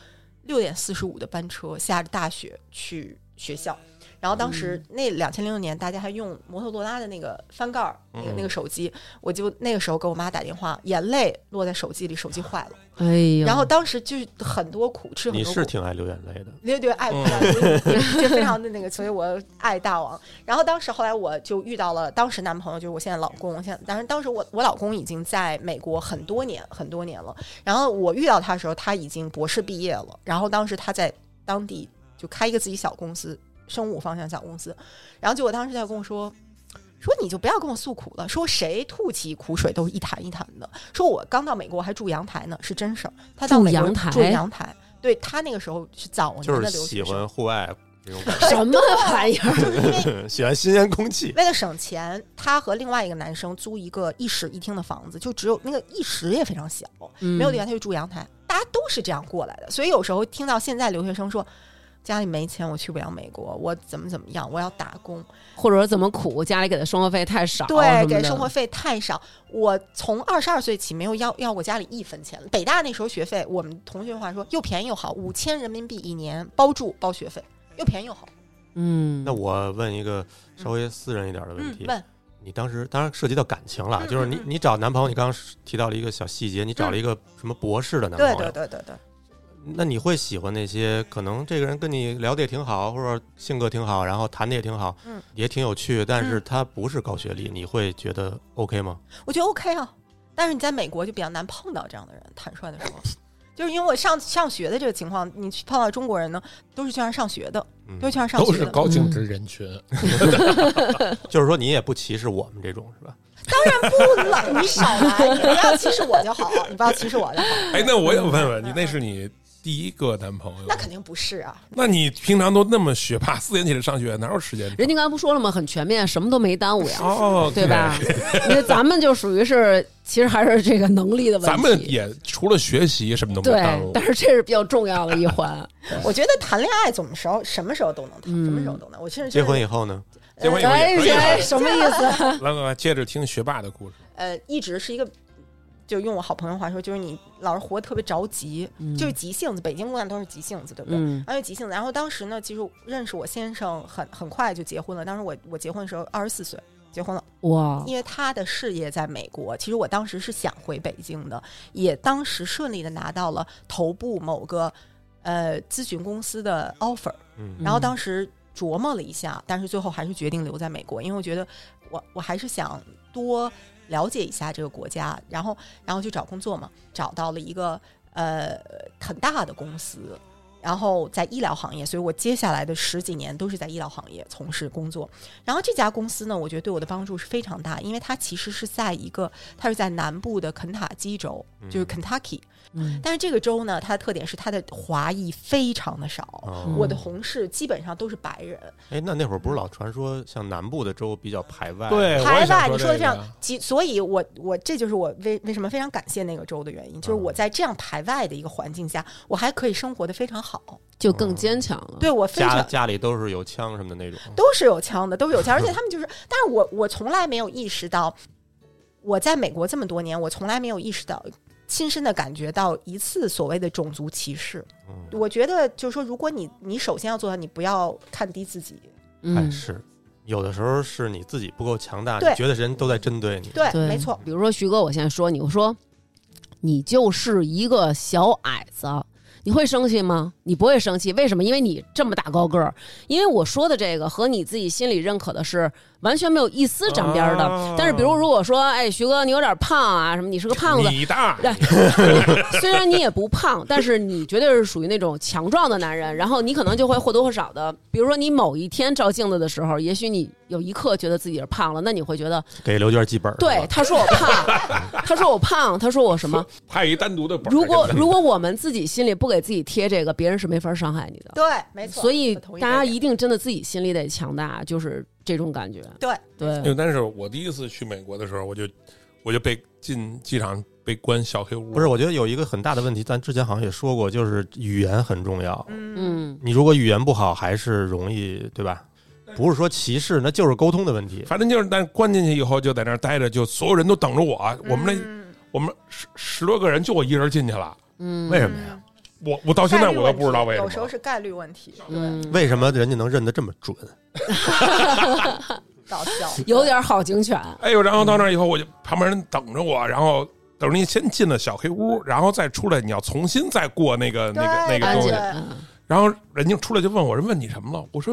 六点四十五的班车，下着大雪去学校。然后当时那两千零六年，大家还用摩托罗拉的那个翻盖儿，嗯那个那个手机，我就那个时候给我妈打电话，眼泪落在手机里，手机坏了。哎呦，然后 当时就是很多苦，吃嗯很你多是苦。挺爱流眼泪的， 对对，爱不爱就非常的那个，所以我爱大王。然后当时后来我就遇到了当时男朋友，就是我现在老公。现在当然当时我我老公已经在美国很多年很多年了。然后我遇到他的时候，他已经博士毕业了。然后当时他在当地就开一个自己小公司，生物方向小公司。然后结果当时他就跟我说。说你就不要跟我诉苦了，说谁吐起苦水都是一潭一潭的。说我刚到美国还住阳台呢，是真事儿。他到住美国阳台住阳台，对他那个时候是早年就的是留喜学生，欢户外这种感 什么玩意 儿？就是因为觉， 喜欢新鲜空气。为了省钱，他和另外一个男生租一个一室一厅的房子，就只有那个一室也非常小，没 没有地方，他就住阳台。大家都是这样过来的，所以有时候听到现在留学生说家里没钱，我去不了美国，我怎么怎么样，我要打工，或者说怎么苦，家里给的生活费太少，对，什么给的生活费太少。我从二十二岁起没有要要过家里一分钱了。北大那时候学费，我们同学话说又便宜又好，五千人民币一年包住包学费，又便宜又好。嗯，那我问一个稍微私人一点的问嗯题，，问你当时当然涉及到感情了，嗯就是你嗯嗯嗯你找男朋友，你刚刚提到了一个小细节，你找了一个什么博士的男朋对友，对对对对。那你会喜欢那些可能这个人跟你聊的也挺好，或者性格挺好，然后谈的也挺好，嗯也挺有趣，但是他不是高学历，你会觉得 OK 吗？ 我觉得 OK 啊。但是你在美国就比较难碰到这样的人，坦率的说，就是因为我上上学的这个情况，你去碰到中国人呢，都是去那儿上学的，嗯都是去那儿上都学是的。高净值人群，就是说你也不歧视我们这种是吧？当然不了，你少来，你不要歧视我就好，你不要歧视我就 好。哎，那我想问问你，那是你第一个男朋友？那肯定不是啊，那你平常都那么学霸，四点起来上学，哪有时间？人家刚才不说了吗？很全面，什么都没耽误呀， 哦，对吧？因为咱们就属于是，其实还是这个能力的问题。咱们也除了学习什么都没对耽误，，但是这是比较重要的一 环。我觉得谈恋爱总时候什么时候都能谈，什么时候都能。我其实结婚以后呢？嗯结婚以后哎也可以哎，了。什么意思？ 来来来，接着听学霸的故事。呃，一直是一个，就用我好朋友话说，就是你老是活得特别着急，嗯就是急性子。北京姑娘都是急性子，对不对？嗯然后急性子。然后当时呢，其实认识我先生很很快就结婚了。当时我我结婚的时候二十四岁。结婚了，哇，因为他的事业在美国。其实我当时是想回北京的，也当时顺利的拿到了头部某个呃咨询公司的 offer。嗯然后当时琢磨了一下，但是最后还是决定留在美国，因为我觉得我我还是想多了解一下这个国家，然后然后去找工作嘛，找到了一个呃很大的公司。然后在医疗行业，所以我接下来的十几年都是在医疗行业从事工作。然后这家公司呢，我觉得对我的帮助是非常大，因为它其实是在一个，它是在南部的肯塔基州，就是嗯 Kentucky。嗯但是这个州呢，它的特点是它的华裔非常的少，哦，嗯我的同事基本上都是白人，哎，那那会儿不是老传说像南部的州比较排外？，哎排外。你说的这样，其所以我，我这就是我为为什么非常感谢那个州的原因，就是嗯我在这样排外的一个环境下，我还可以生活的非常好。就更坚强了。对我非家常家里都是有枪什么的那种。都是有枪的，都是有枪，而且他们就是， 但是我我从来没有意识到，我在美国这么多年，我从来没有意识到。亲身的感觉到一次所谓的种族歧视，嗯我觉得就是说，如果你你首先要做到，你不要看低自己，哎，嗯，是，有的时候是你自己不够强大，你对觉得人都在针对你。对，对，没错，哎比如说徐哥，我现在说你，我说你就是一个小矮子，你会生气吗？你不会生气，为什么？因为你这么大高个儿。因为我说的这个和你自己心里认可的是完全没有一丝沾边儿的。啊但是，比如如果说，哎，徐哥，你有点胖啊，什么，你是个胖子，你大，对 虽然你也不胖，但是你绝对是属于那种强壮的男人。然后你可能就会或多或少的，比如说你某一天照镜子的时候，也许你有一刻觉得自己是胖了，那你会觉得，给刘娟记本儿。是对吧，他说我胖，他说我胖，他说我什么？派一单独的本儿。如果真的如果我们自己心里不给自己贴这个，别人是没法伤害你的。对，没错。所以我同意大这家点一定真的自己心里得强大，就是这种感觉。对对，因为但是我第一次去美国的时候，我就我就被进机场被关小黑屋，不是，我觉得有一个很大的问题，咱之前好像也说过，就是语言很重要。嗯，你如果语言不好，还是容易对吧？不是说歧视，那就是沟通的问题。反正就是，但关进去以后就在那儿待着，就所有人都等着我。我们那嗯我们十十多个人，就我一人进去了。为什么呀？我我到现在我都不知道为什有时候么。是概率问题，对，嗯，为什么人家能认得这么准？搞笑， 有 点好警犬。哎呦，然后到那儿以后，我就旁边人等着我，然后等着你先进了小黑屋，然后再出来，你要重新再过那个那个那对个安东检西对。嗯然后人家出来就问我，人问你什么了？我说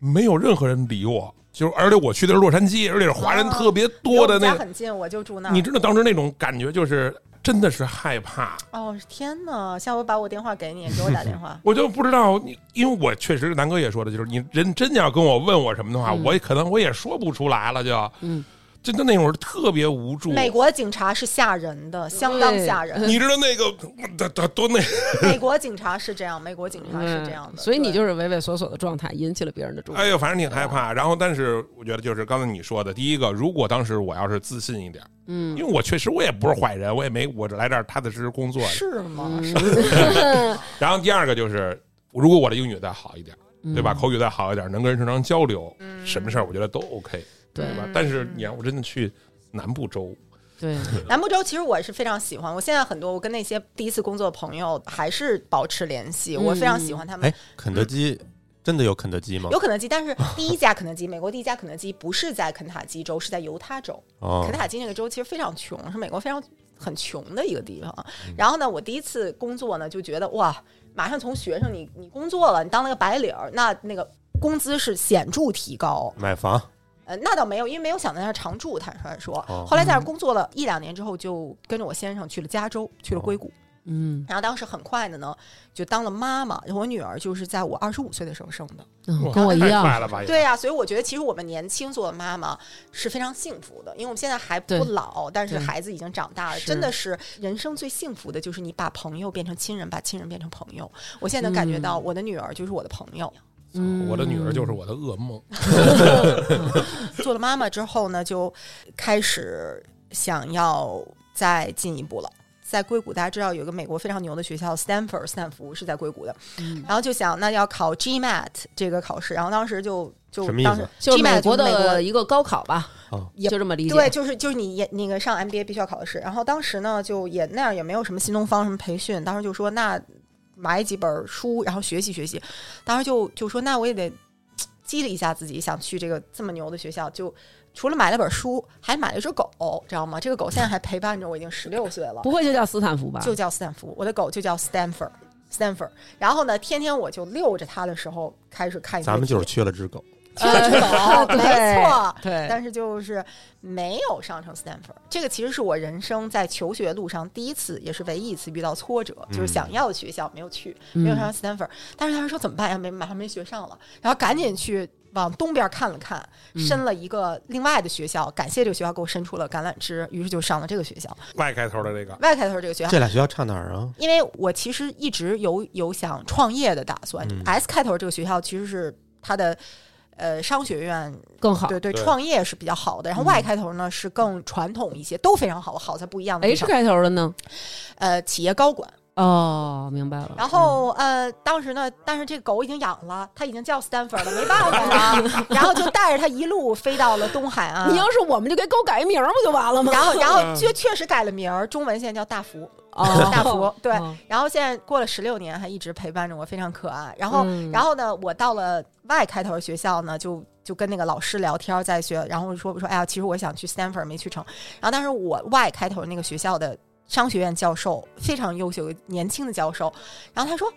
没有任何人理我，就是而且我去的是洛杉矶，而且是华人特别多的啊离我们那家个，很近，我啊就住那儿。你知道当时那种感觉就是真的是害怕。哦，天哪！下回把我电话给你，给我打电 。话我就不知道你，因为我确实南哥也说的，就是你人真要跟我问我什么的话，嗯我也可能我也说不出来了就，嗯真的那会儿特别无助。美国警察是吓人的，相当吓人。你知道那个，都都都那，美国警察是这样，美国警察啊是这样的，嗯所以你对就是畏畏缩缩的状态，引起了别人的注意。哎呦，反正挺害嗯怕。然后，但是我觉得就是刚才你说的，第一个，如果当时我要是自信一点，嗯因为我确实我也不是坏人，我也没我来这儿踏踏实实工作。是吗？嗯是然后第二个就是，如果我的英语再好一点，对吧？嗯口语再好一点，能跟人正常交流，什么事儿我觉得都 OK，对对吧？但是你让我真的去南部州。 对，南部州其实我是非常喜欢，我现在很多我跟那些第一次工作的朋友还是保持联系，我非常喜欢他们嗯哎。，肯德基真的有肯德基吗有？肯德基， 但是第一家肯德基，美国第一家肯德基不是在肯塔基州，是在犹他州。哦肯，塔基那个州其实非常穷，是美国非常很穷的一个地方。然后呢，我第一次工作呢，就觉得哇，马上从学生你你工作了，你当了个白领儿，那那个工资是显著提高。买房呃，那倒没有，因为没有想在那儿常住，坦率说哦。后来在那儿工作了一两年之后，就跟着我先生去了加州，去了硅谷。嗯然后当时很快的呢，就当了妈妈。我女儿就是在我二十五岁的时候生的。嗯，哇跟我一太快样，了吧？也对，啊呀、所以我觉得其实我们年轻做妈妈是非常幸福的，因为我们现在还不对老，但是对孩子已经长大了，是真的是人生最幸福的就是你把朋友变成亲人，把亲人变成朋友。我现在能感觉嗯到我的女儿就是我的朋友。嗯我的女儿就是我的噩梦。做了妈妈之后呢，就开始想要再进一步了。在硅谷，大家知道有一个美国非常牛的学校 Stanford 斯坦福是在硅谷的，嗯然后就想那要考 GMAT 这个考试，然后当时就就什么意当思时就是美 GMAT 国美国的一个高考吧，哦就这么理解。对，就是就是你也那个上 MBA 必须要考的试。然后当时呢，就也那样也没有什么新东方什么培训，当时就说那买几本书，然后学习学习。当时就就说那我也得嘖激励一下自己，想去这个这么牛的学校。就除了买了本书，还买了一只狗，知道吗？这个狗现在还陪伴着我，已经十六岁了。不会就叫斯坦福吧？就叫斯坦福，我的狗就叫 Stanford。Stanford，然后呢，天天我就遛着它的时候开始看一些咱们就是缺了只狗，这只狗，呃没错，对，但是就是没有上成斯坦福。这个其实是我人生在求学路上第一次，也是唯一一次遇到挫折，就是想嗯要的学校没有去，没有上斯坦福。但是当时说怎么办呀？没马上没学上了，然后赶紧去往东边看了看，申了一个另外的学校，感谢这个学校给我伸出了橄榄枝，于是就上了这个学校，外开头的这个，外开头这个学校。这俩学校差哪儿啊？因为我其实一直有有想创业的打算、嗯 s 开头这个学校其实是它的呃商学院更好。嗯对对，对创业是比较好的。然后 Y 开头呢是更传统一些，都非常好，好在不一样的地 H 方。开头的呢？呃，企业高管。哦，明白了。然后嗯呃，当时呢，但是这狗已经养了，它已经叫 Stanford 了，没办法 了。然后就带着它一路飞到了东海岸你。要是我们就给狗改一名儿不就完了吗？然后，然后就确实改了名儿，中文现在叫大福。哦大福对哦然后现在过了十六年，还一直陪伴着我，非常可爱。然后，嗯然后呢，我到了 Y 开头的学校呢，就就跟那个老师聊天，在学，然后我说我说哎呀，其实我想去 Stanford 没去成。然后当时我 Y 开头那个学校的商学院教授非常优秀，年轻的教授，然后他说。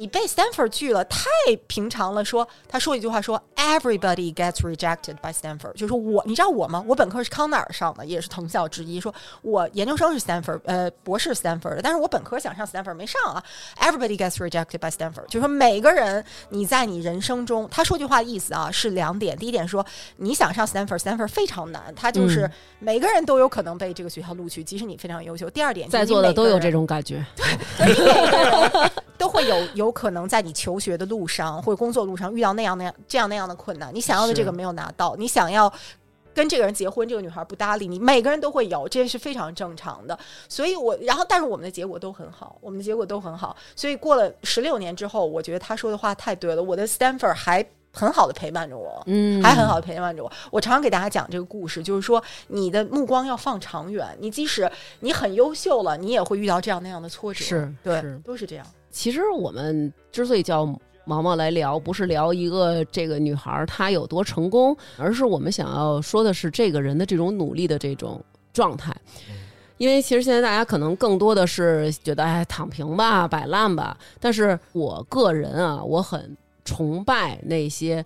你被 Stanford 拒了，太平常了。说他说一句话说，Everybody gets rejected by Stanford，就是我，你知道我吗？我本科是康奈尔上的，也是藤校之一。说我研究生是 Stanford，呃，博士是 Stanford 的，但是我本科想上 Stanford 没上啊。Everybody gets rejected by Stanford，就是说每个人你在你人生中，他说句话的意思啊是两点，第一点说你想上 Stanford，Stanford 非常难，它就是嗯每个人都有可能被这个学校录取，即使你非常优秀。第二点，在座的都有这，种感觉。 都会有有可能在你求学的路上或者工作路上遇到那样那样这样那样的困难，你想要的这个没有拿到，你想要。跟这个人结婚，这个女孩不搭理你，每个人都会有，这是非常正常的。所以我，然后但是我们的结果都很好，我们的结果都很好。所以过了十六年之后，我觉得他说的话太对了，我的 Stanford 还很好的陪伴着我。嗯，还很好地陪伴着我。我常常给大家讲这个故事，就是说你的目光要放长远，你即使你很优秀了，你也会遇到这样那样的挫折。是对，是都 是这样。其实我们之所以叫毛毛来聊，不是聊一个这个女孩儿她有多成功，而是我们想要说的是这个人的这种努力的这种状态。因为其实现在大家可能更多的是觉得哎躺平吧、摆烂吧，但是我个人啊，我很崇拜那些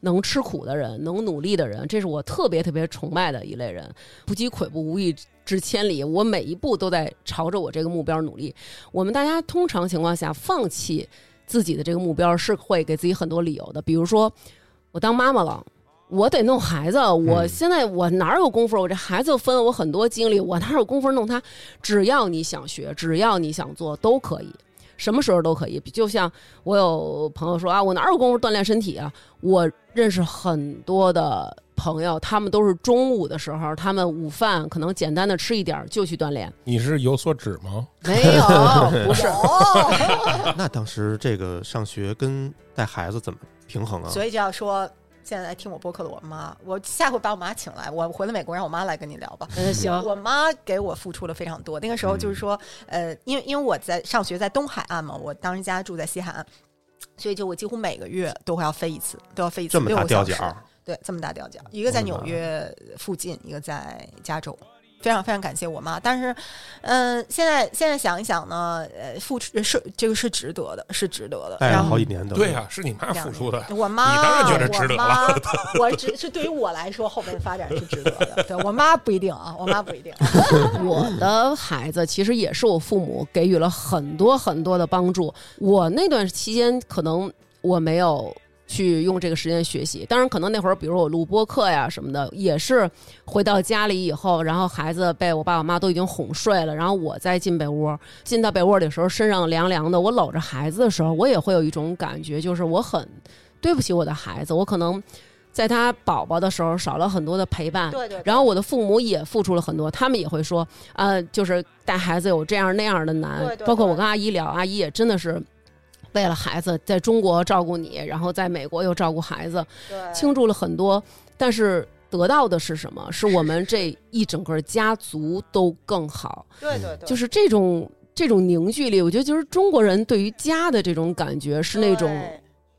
能吃苦的人、能努力的人，这是我特别特别崇拜的一类人。不积跬步，无以至千里。我每一步都在朝着我这个目标努力。我们大家通常情况下放弃自己的这个目标是会给自己很多理由的，比如说我当妈妈了。我得弄孩子，我现在我哪有功夫？我这孩子分了我很多精力，我哪有功夫弄他？只要你想学，只要你想做，都可以，什么时候都可以。就像我有朋友说啊，我哪有功夫锻炼身体啊？我认识很多的朋友，他们都是中午的时候，他们午饭可能简单的吃一点儿就去锻炼，你是有所指吗？没有，不是，哦那当时这个上学跟带孩子怎么平衡啊？所以就要说。现在来听我播客的我妈，我下回把我妈请来，我回了美国让我妈来跟你聊吧。嗯，行，我妈给我付出了非常多。那个时候就是说，嗯呃，因为因为我在上学在东海岸嘛，我当时家住在西海岸，所以就我几乎每个月都会要飞一次，都要飞一次这么六大个掉小角时。儿，嗯对，这么大调教，一个在我的纽妈约附近，一个在加州，非常非常感谢我妈。但是，嗯、现在现在想一想呢，呃，付出是这个是值得的，是值得哎的。带然了后好几年的，对啊呀、是你妈两付出的，我妈，你当然觉得值得我妈 我只是对于我来说，后面的发展是值得的。对我妈不一定啊，我妈不一定。 我的孩子其实也是我父母给予了很多很多的帮助。我那段期间可能我没有去用这个时间学习，当然可能那会儿，比如我录播课呀什么的，也是回到家里以后，然后孩子被我爸我妈都已经哄睡了，然后我再进被窝，进到被窝里的时候身上凉凉的，我搂着孩子的时候，我也会有一种感觉，就是我很对不起我的孩子，我可能。在他宝宝的时候少了很多的陪 伴，对对对然后我的父母也付出了很多，他们也会说，呃，就是带孩子有这样那样的难，对对包括对我跟阿姨聊，阿姨也真的是为了孩子，在中国照顾你，然后在美国又照顾孩子，对倾注了很多，但是得到的是什么？是我们这一整个家族都更好，对对对，就是这种。这种凝聚力，我觉得就是中国人对于家的这种感觉，是那种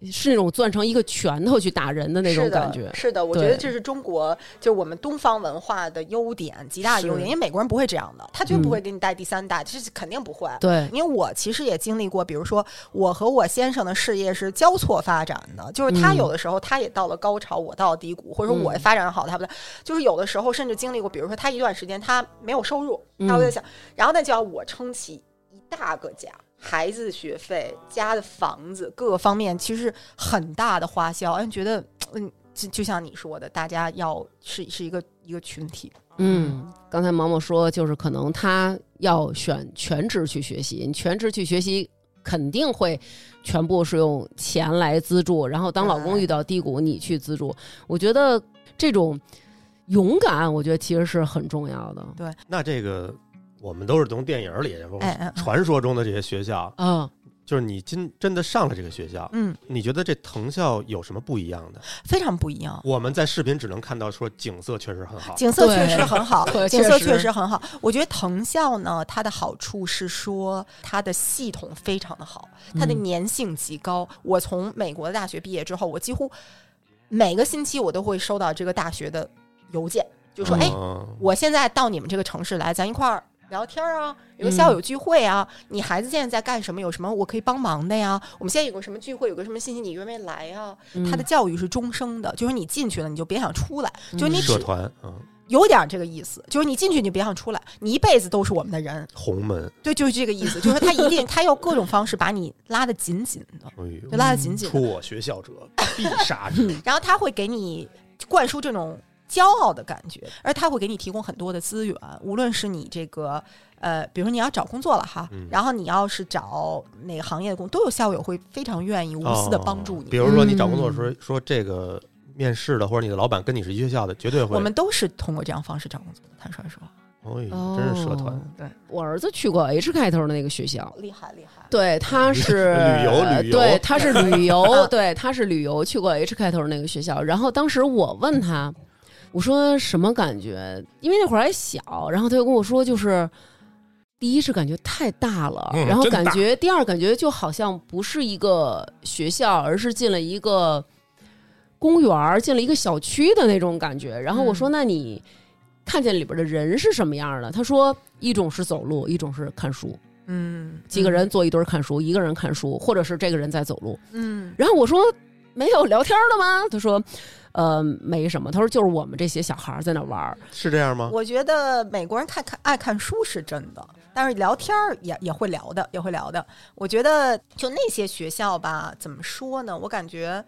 对是那种攥成一个拳头去打人的那种是的感觉。是的，我觉对得这是中国，就是我们东方文化的优点，极大的优是点。因为美国人不会这样的，他绝对不嗯会给你带第三代，这是肯定不会。对，因为我其实也经历过，比如说我和我先生的事业是交错发展的，就是他嗯有的时候他也到了高潮，我到了低谷，或者说我嗯发展好，他不在，就是有的时候甚至经历过，比如说他一段时间他没有收入，嗯然后我就想，然后那就要我撑起一大个家。孩子学费、家的房子各个方面，其实很大的花销。哎，觉得，嗯，就就像你说的，大家要是是一个一个群体，嗯，刚才毛毛说，就是可能他要选全职去学习，你全职去学习肯定会全部是用钱来资助，然后当老公对遇到低谷，你去资助。我觉得这种勇敢，我觉得其实是很重要的。那这个我们都是从电影里，然后哎哎哎传说中的这些学校，哦嗯，就是你今真的上了这个学校，嗯，你觉得这藤校有什么不一样的？非常不一样。我们在视频只能看到说景色确实很好，景色对确实很好，对景色确实确实很好。我觉得藤校呢，它的好处是说它的系统非常的好，它的嗯粘性极高。我从美国的大学毕业之后，我几乎每个星期我都会收到这个大学的邮件，就说：“哎，嗯我现在到你们这个城市来，咱一块儿聊天儿啊，有个嗯校友聚会啊，你孩子现在在干什么？有什么我可以帮忙的呀？我们现在有个什么聚会，有个什么信息，你愿不愿意来呀？嗯他的教育是终生的，就是你进去了你就别想出来，就是你社只团，嗯，有点这个意思，就是你进去你就别想出来，你一辈子都是我们的人，红门，对，就是这个意思，就是他一定他要各种方式把你拉得紧紧的，哎呦就拉得紧紧的，嗯出我学校者必杀之。然后他会给你灌输这种骄傲的感觉，而他会给你提供很多的资源，无论是你这个呃，比如说你要找工作了哈，嗯然后你要是找哪个行业的工，都有校友会非常愿意无私的帮助哦你。嗯比如说你找工作的时候，说这个面试的或者你的老板跟你是一学校的，绝对会。我们都是通过这样方式找工作的，坦率说，哎呦，哦真是社团，对，我儿子去过 H 开头的那个学校。厉害厉害，对，他是旅游旅游对，他是旅游，对，他是旅游去过 H 开头那个学校。然后当时我问他，我说什么感觉？因为那会儿还小，然后他就跟我说，就是第一是感觉太大了，嗯然后真大感觉第二感觉就好像不是一个学校，而是进了一个公园儿，进了一个小区的那种感觉。然后我说，嗯那你看见里边的人是什么样的？他说，一种是走路，一种是看书。嗯，几个人坐一堆儿看书，一个人看书，或者是这个人在走路。嗯，然后我说没有聊天儿的吗？他说，呃，没什么。他说就是我们这些小孩儿在那玩儿。是这样吗？我觉得美国人看看爱看书是真的，但是聊天儿也也会聊的，也会聊的。我觉得就那些学校吧，怎么说呢？我感觉，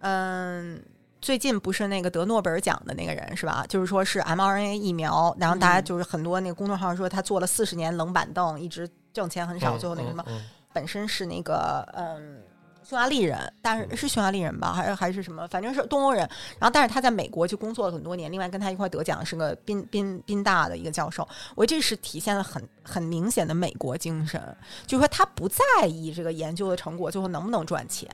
嗯。最近不是那个得诺贝尔奖的那个人是吧？ 就是说是 mRNA 疫苗，然后大家嗯就是很多那个公众号说他坐了四十年冷板凳，一直挣钱很少，最后那个什么，嗯嗯本身是那个嗯匈牙利人，但是是匈牙利人吧，还是还是什么，反正是东欧人。然后，但是他在美国就工作了很多年，另外跟他一块得奖是个宾宾宾大的一个教授。我觉得这是体现了很很明显的美国精神，就是说他不在意这个研究的成果最后能不能赚钱，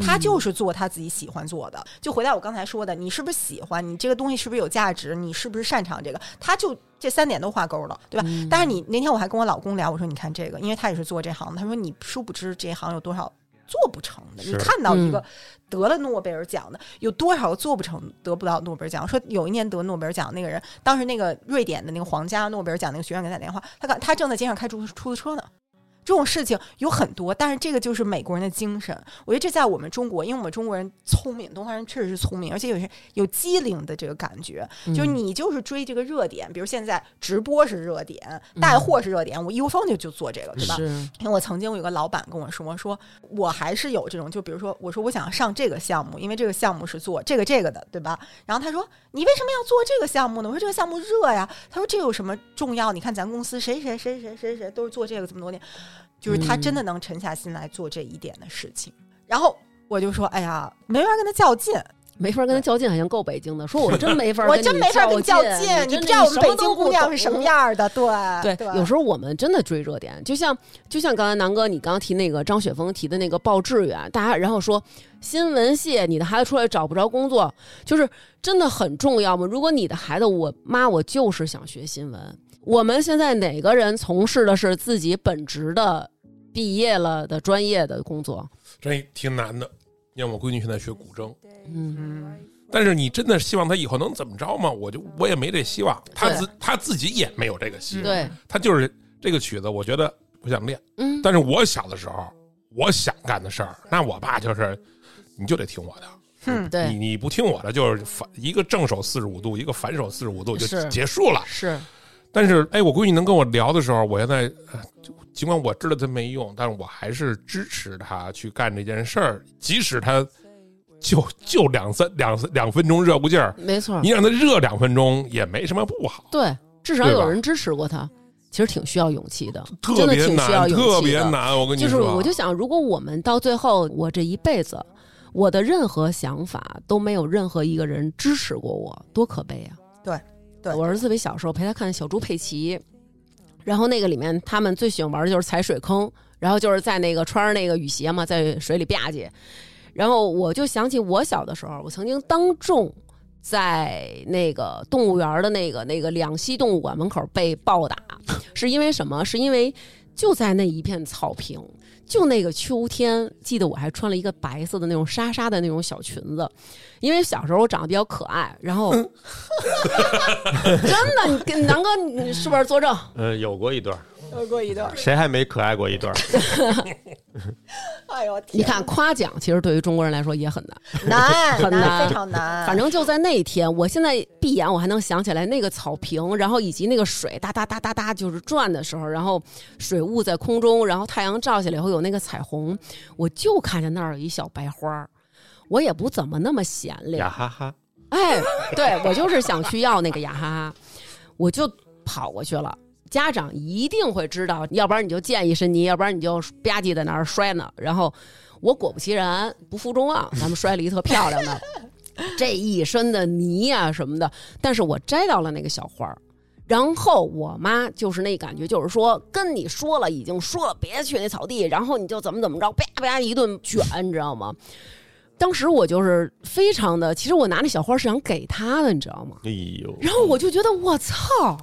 他就是做他自己喜欢做的。就回到我刚才说的，你是不是喜欢？你这个东西是不是有价值？你是不是擅长这个？他就这三点都挂钩了，对吧？嗯但是你那天我还跟我老公聊，我说你看这个，因为他也是做这行的，他说你殊不知这行有多少。做不成的。你是看到一个得了诺贝尔奖的，有多少个做不成得不到诺贝尔奖？说有一年得诺贝尔奖那个人，当时那个瑞典的那个皇家诺贝尔奖那个学院给他打电话，他刚他正在街上开出出租车呢。这种事情有很多，但是这个就是美国人的精神。我觉得这在我们中国，因为我们中国人聪明，东方人确实是聪明，而且有些有机灵的这个感觉。就是嗯你就是追这个热点，比如现在直播是热点，带货是热点，我优方就就做这个，对吧？是因为我曾经有一个老板跟我说，说我还是有这种，就比如说我说我想上这个项目，因为这个项目是做这个这个的，对吧？然后他说你为什么要做这个项目呢？我说这个项目热呀。他说这有什么重要？你看咱公司谁谁谁谁谁谁都是做这个这么多年，就是他真的能沉下心来做这一点的事情。然后我就说，哎呀，没法跟他较劲，没法跟他较劲，好像够北京的。说我真没法，我真没法跟你跟你较劲劲，，你你不知道我们北京姑姑娘娘是什么。样儿的，对嗯对，对，有时候我们真的追热点，就像就像刚才南哥你刚刚提那个张雪峰提的那个报志愿，大家然后说新闻系你的孩子出来找不着工作，就是真的很重要吗？如果你的孩子，我妈我就是想学新闻。我们现在哪个人从事的是自己本职的毕业了的专业的工作？这挺难的。你看我闺女现在学古筝，嗯，嗯，但是你真的希望她以后能怎么着吗？我就我也没这希望，她对自她自己也没有这个希望，对，她就是这个曲子，我觉得我想练。嗯，但是我小的时候，我想干的事儿，那我爸就是，你就得听我的。哼，对你你不听我的，就是反一个正手四十五度，一个反手四十五度就是结束了。是但是，哎，我闺女能跟我聊的时候，我现在，呃就尽管我知道她没用，但是我还是支持她去干这件事儿，即使她就就两三两三两分钟热乎劲儿，没错儿你，让她热两分钟也没什么不好，对，至少对吧有人支持过他，其实挺需要勇气的，特真的别挺需要难，勇气特别的难。我跟你就是说，啊我就想，如果我们到最后，我这一辈子，我的任何想法都没有任何一个人支持过我，多可悲啊！对对我儿子特别小时候陪他看小猪佩奇，然后那个里面他们最喜欢玩的就是踩水坑，然后就是在那个穿着那个雨鞋嘛，在水里吧唧。然后我就想起我小的时候，我曾经当众在那个动物园的那个那个两栖动物馆门口被暴打，是因为什么？是因为就在那一片草坪，就那个秋天，记得我还穿了一个白色的那种纱纱的那种小裙子，因为小时候我长得比较可爱，然后 真的，你跟南哥你是不是作证？嗯，有过一段儿，又过一段儿，谁还没可爱过一段儿？哎呦，你天看夸奖其实对于中国人来说也很难，难，很难非常难。反正就在那一天，我现在闭眼我还能想起来那个草坪，然后以及那个水哒哒哒哒哒就是转的时候，然后水雾在空中，然后太阳照下来以后有那个彩虹，我就看见那儿有一小白花儿，我也不怎么那么闲灵呀，哈哈，哎，对我就是想去要那个雅哈哈，我就跑过去了。家长一定会知道，要不然你就溅一身泥，要不然你就吧唧在那儿摔呢。然后我果不其然，不负众望，咱们摔了一特漂亮的，这一身的泥啊什么的。但是我摘到了那个小花儿。然后我妈就是那感觉，就是说跟你说了，已经说了，别去那草地，然后你就怎么怎么着，啪啪一顿卷，你知道吗？当时我就是非常的，其实我拿那小花是想给她的，你知道吗？哎呦，然后我就觉得我操，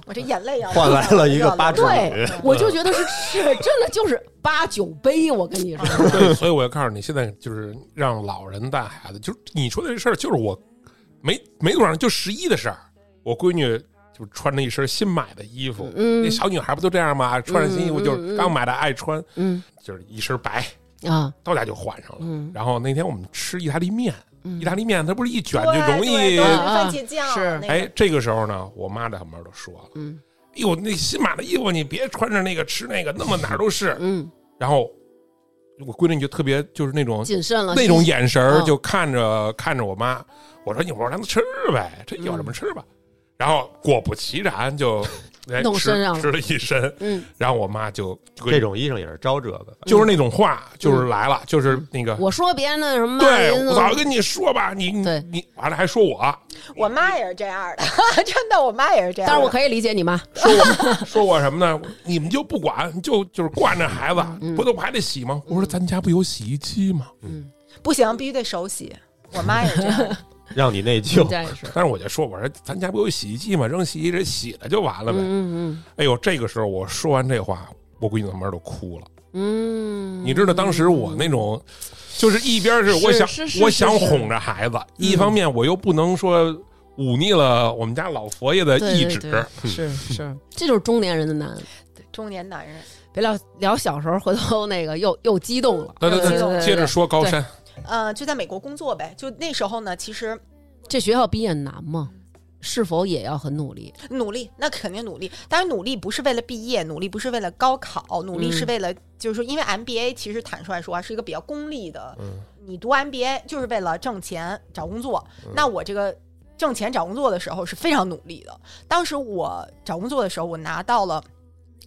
我这眼泪要换来了一个八尺对女，我就觉得是是真的就是八九杯，我跟你说，啊对，所以我要告诉你，现在就是让老人带孩子，就是你说的这事儿，就是我没没多少，就十一的事儿。我闺女就穿着一身新买的衣服，嗯那小女孩不都这样吗？穿上新衣服就是刚买的，爱穿，嗯就是一身白，啊，到家就换上了。嗯然后那天我们吃意大利面，嗯意大利面它不是一卷对就容对易对啊番茄酱是那个哎，这个时候呢，我妈在旁边都说了：“嗯哎呦，那新买的衣服你别穿着那个吃那个，那么哪儿都是。嗯，然后我闺女就特别就是那种谨慎了那种眼神儿嗯就看着看着我妈，我说你我让她吃呗，嗯这有什么吃吧。然后果不其 然就哎弄吃身上了吃了一身，嗯，然后我妈就就跟这种衣裳也是招这个。就是那种话嗯就是来了，嗯就是那个。我说别人的什么，对，我早妈就跟你说吧，你你对你完了还说我，我妈也是这样的， 真的，我妈也是这样的。但是我可以理解你妈，说我说我什么呢？你们就不管，就就是惯着孩子，不都还得洗吗？我说咱家不有洗衣机吗？不行，必须得手洗。我妈也是这样 的，让你内人疚，家也是，但是我 就说，我说咱家不有洗衣机吗？扔洗衣机洗了就完了呗。嗯嗯哎呦，这个时候我说完这话，我闺女他妈都哭了。嗯，你知道当时我那种，就是一边是我想是是是我想哄着孩子，一方面我又不能说忤逆了我们家老佛爷的对意对对志，，是是，嗯这就是中年人的难。对中年男人，别聊聊小时候，回头那个又又激动了。对对对对对对，对接着说高山，呃，就在美国工作呗。就那时候呢，其实这学校毕业难吗？是否也要很努力？努力，那肯定努力。当然，努力不是为了毕业，努力不是为了高考，努力是为了，就是说，因为 MBA 其实坦率说啊，是一个比较功利的。嗯你读 MBA 就是为了挣钱找工作。那我这个挣钱找工作的时候是非常努力的。当时我找工作的时候，我拿到了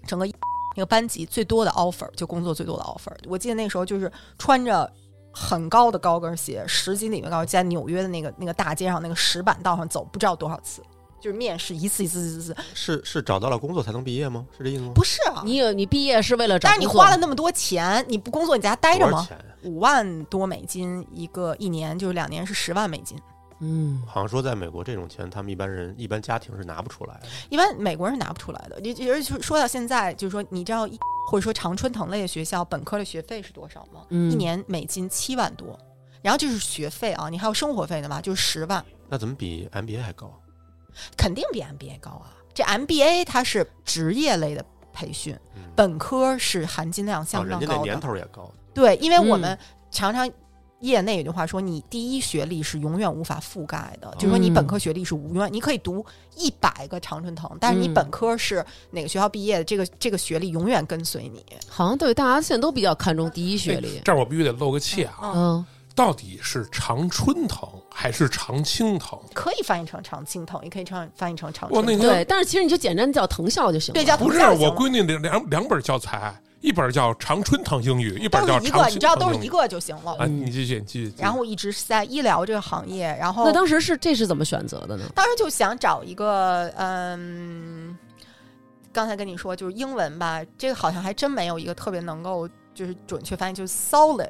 整个 那个班级最多的 offer，就工作最多的 offer。我记得那时候就是穿着。很高的高跟鞋，十几里面高跟鞋，在纽约的那个那个大街上，那个石板道上走，不知道多少次，就是面试一次一次一次一次，是是找到了工作才能毕业吗？是这意思吗？不是啊，你有你毕业是为了找但是工你作，花了那么多钱，你不工作你在家待着多少吗？钱呀五万多美金一个一年，就是两年是十万美金。嗯，好像说在美国这种钱，他们一般人一般家庭是拿不出来的。一般美国人是拿不出来的。你其实说到现在，就是说，你知道一或者说常春藤类的学校本科的学费是多少吗？嗯一年美金七万多，然后这是学费啊，你还有生活费呢吧，就是十万，那怎么比 MBA 还高？肯定比 MBA 高啊。这 MBA 它是职业类的培训，嗯本科是含金量啊，相人当家那高的。年头也高，对，因为我嗯们常常业内有句话说，你第一学历是永远无法覆盖的，就是说你本嗯科学历是无远，你可以读一百个常春藤，但是你嗯本科是哪个学校毕业的，这个这个学历永远跟随你。好像对大家现在都比较看重第一学历哎。这儿我必须得露个怯啊，嗯，嗯，到底是常春藤还是常青藤？可以翻译成常青藤，也可以唱翻译成常哇春藤。那对，但是其实你就简单叫藤校就行嗯了。对，叫不是藤校就我行了闺女两两两本教材，一本叫常春藤英语，一本都叫是一常个，你青知道都藤是英一语。个就行了。啊，你继续，你继续。继续然后我一直是在医疗这个行业，然后那当时是这是怎么选择的呢？当时就想找一个，嗯，刚才跟你说就是英文吧，这个好像还真没有一个特别能够就是准确翻译，就是 solid，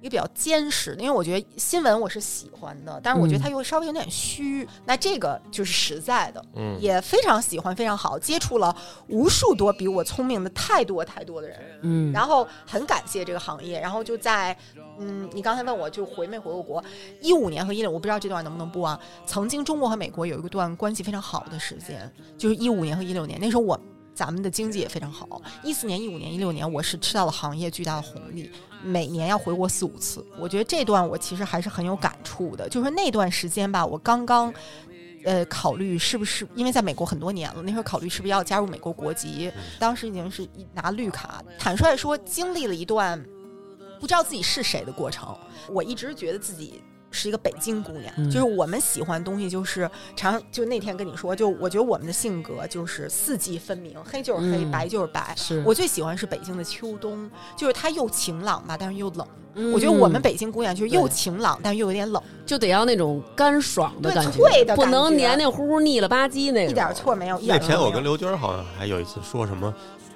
一个比较坚实的。因为我觉得新闻我是喜欢的，但是我觉得它又稍微有点虚。那这个就是实在的，嗯，也非常喜欢，非常好，接触了无数多比我聪明的太多太多的人。嗯，然后很感谢这个行业，然后就在嗯，你刚才问我就回没回过国，一五年和一六，我不知道这段能不能播啊。曾经中国和美国有一段关系非常好的时间，就是一五年和一六年，那时候我。咱们的经济也非常好，一四年、一五年、一六年，我是吃到了行业巨大的红利，每年要回国四五次。我觉得这段我其实还是很有感触的，就是那段时间吧，我刚刚，呃，考虑是不是因为在美国很多年了，那时候考虑是不是要加入美国国籍，嗯当时已经是一拿绿卡，坦率说，经历了一段不知道自己是谁的过程。我一直觉得自己是一个北京姑娘，嗯就是我们喜欢的东西，就是常就那天跟你说，就我觉得我们的性格就是四季分明，黑就是黑，嗯白就是白。是我最喜欢是北京的秋冬，就是它又晴朗吧，但是又冷。嗯我觉得我们北京姑娘就是又对晴朗，但是又有点冷，就得要那种干爽的对感觉，脆的感觉不能黏黏糊糊、腻了吧唧那种。一点错没有。一点那错天我没有跟刘娟儿好像还有一次说什么，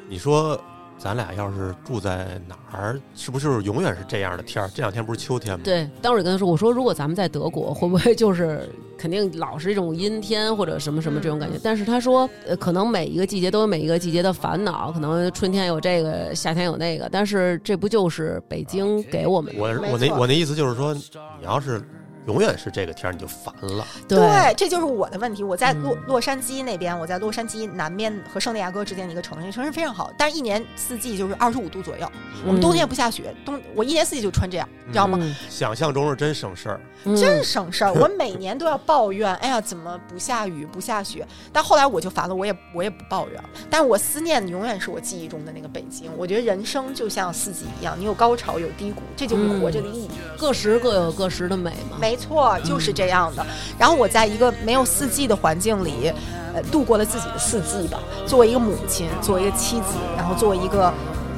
你说咱俩要是住在哪儿，是不是就是永远是这样的天儿？这两天不是秋天吗？对，当时我跟他说，我说如果咱们在德国，会不会就是肯定老是一种阴天或者什么什么这种感觉？但是他说，呃，可能每一个季节都有每一个季节的烦恼，可能春天有这个，夏天有那个，但是这不就是北京给我们的我没我那错我那意思就是说，你要是永远是这个天儿，你就烦了。对，这就是我的问题。我在洛、嗯洛杉矶那边，我在洛杉矶南边和圣地亚哥之间的一个城市，城市非常好，但是一年四季就是二十五度左右。嗯我们冬天也不下雪，冬我一年四季就穿这样，你知道吗？嗯想象中是真省事儿，嗯真省事儿，我每年都要抱怨，哎呀，怎么不下雨不下雪？但后来我就烦了，我也我也不抱怨了。但是我思念的永远是我记忆中的那个北京。我觉得人生就像四季一样，你有高潮有低谷，这就是活着的意义。各时各有各时的美嘛。没错，就是这样的。然后我在一个没有四季的环境里，呃，度过了自己的四季吧。作为一个母亲，作为一个妻子，然后作为一个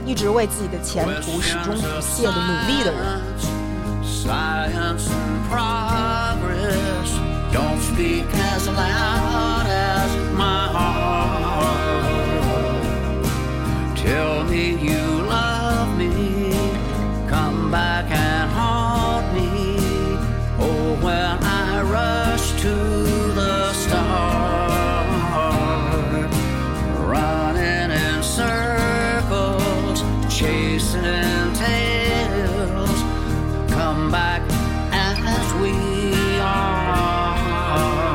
一直为自己的前途始终不懈的努力的人。 Science and progress don't speak as loud as my heart. Tell me you love me, come back and haunt me. Oh, when I rush to the start, running in circles, chasing come back as we are.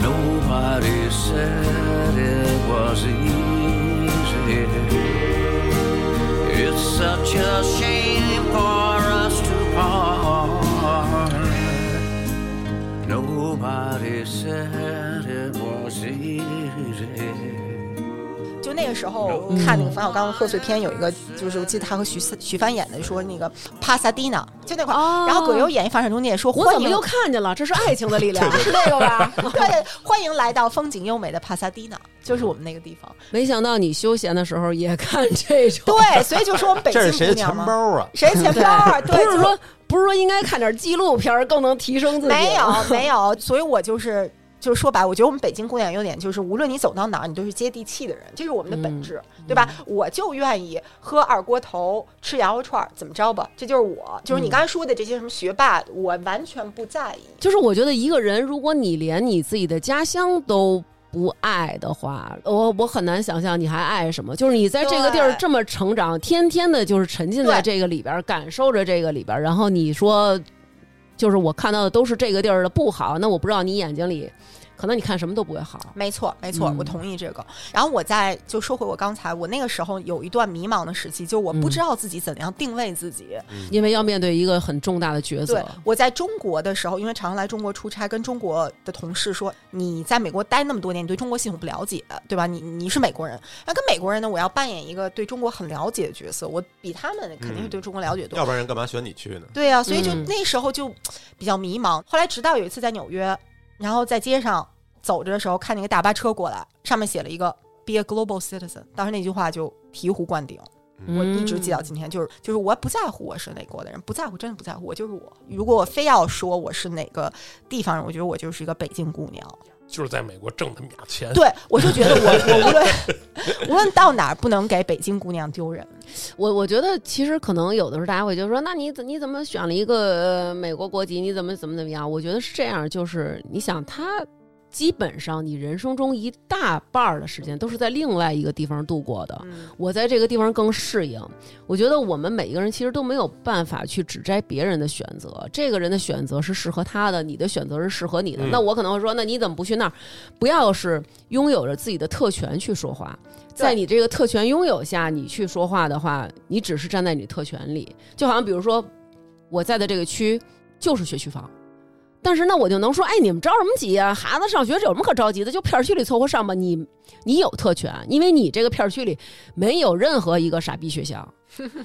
Nobody said it was easy. It's such a shame for us to part. Nobody said it was easy. 就那个时候嗯看那个冯小刚的贺岁片，有一个就是我记得他和徐思徐帆演的，说那个帕萨蒂娜，就那块儿。哦然后葛优演一反闪中介说我欢怎么迎又看见了？这是爱情的力量。是那个吧？对，欢迎来到风景优美的帕萨蒂娜，就是我们那个地 方。 没想到你休闲的时候也看这种，对，所以就说我们北这是京谁的姑娘钱包嘛，啊？谁钱包 啊？对，不就是说不是说应该看点纪录片儿更能提升自己？没有没有，所以我就是就是说白，我觉得我们北京姑娘优点就是，无论你走到哪儿，你都是接地气的人，这是我们的本质，对吧？我就愿意喝二锅头，吃羊肉串，儿，怎么着吧？这就是我，就是你刚才说的这些什么学霸，我完全不在意。就是我觉得一个人，如果你连你自己的家乡都不爱的话，我我很难想象你还爱什么。就是你在这个地儿对这么成长，天天的就是沉浸在对这个里边儿，感受着这个里边儿，然后你说，就是我看到的都是这个地儿的不好，那我不知道你眼睛里，可能你看什么都不会好。没错，没错，嗯我同意这个。然后我再就说回我刚才，我那个时候有一段迷茫的时期，就我不知道自己怎样定位自己。因为要面对一个很重大的抉择对，，我在中国的时候，因为常常来中国出差，跟中国的同事说，你在美国待那么多年，你对中国系统不了解，对吧？你你是美国人，那跟美国人呢，我要扮演一个对中国很了解的角色，我比他们肯定是对中国了解多。要不然人干嘛选你去呢？对呀、啊所以就嗯那时候就比较迷茫。后来直到有一次在纽约，然后在街上走着的时候，看见一个大巴车过来，上面写了一个 “Be a global citizen”，当时那句话就醍醐灌顶。我一嗯直记到今天，就是就是我不在乎我是哪国的人，不在乎，真的不在乎，我就是我。如果我非要说我是哪个地方人，我觉得我就是一个北京姑娘。就是在美国挣他们俩钱。对，我就觉得我我无论无论到哪儿，不能给北京姑娘丢人。我我觉得其实可能有的时候大家会就说，那你怎你怎么选了一个、呃美国国籍？你怎么怎么怎么样？我觉得是这样，就是你想他。基本上，你人生中一大半儿的时间都是在另外一个地方度过的。嗯我在这个地方更适应。我觉得我们每一个人其实都没有办法去指摘别人的选择，这个人的选择是适合他的，你的选择是适合你的。嗯那我可能会说，那你怎么不去那儿？不要是拥有着自己的特权去说话，在你这个特权拥有下，你去说话的话，你只是站在你特权里。就好像比如说，我在的这个区就是学区房。但是那我就能说，哎，你们着什么急呀、孩子上学这有什么可着急的？就片儿区里凑合上吧。你你有特权，因为你这个片儿区里没有任何一个傻逼学校，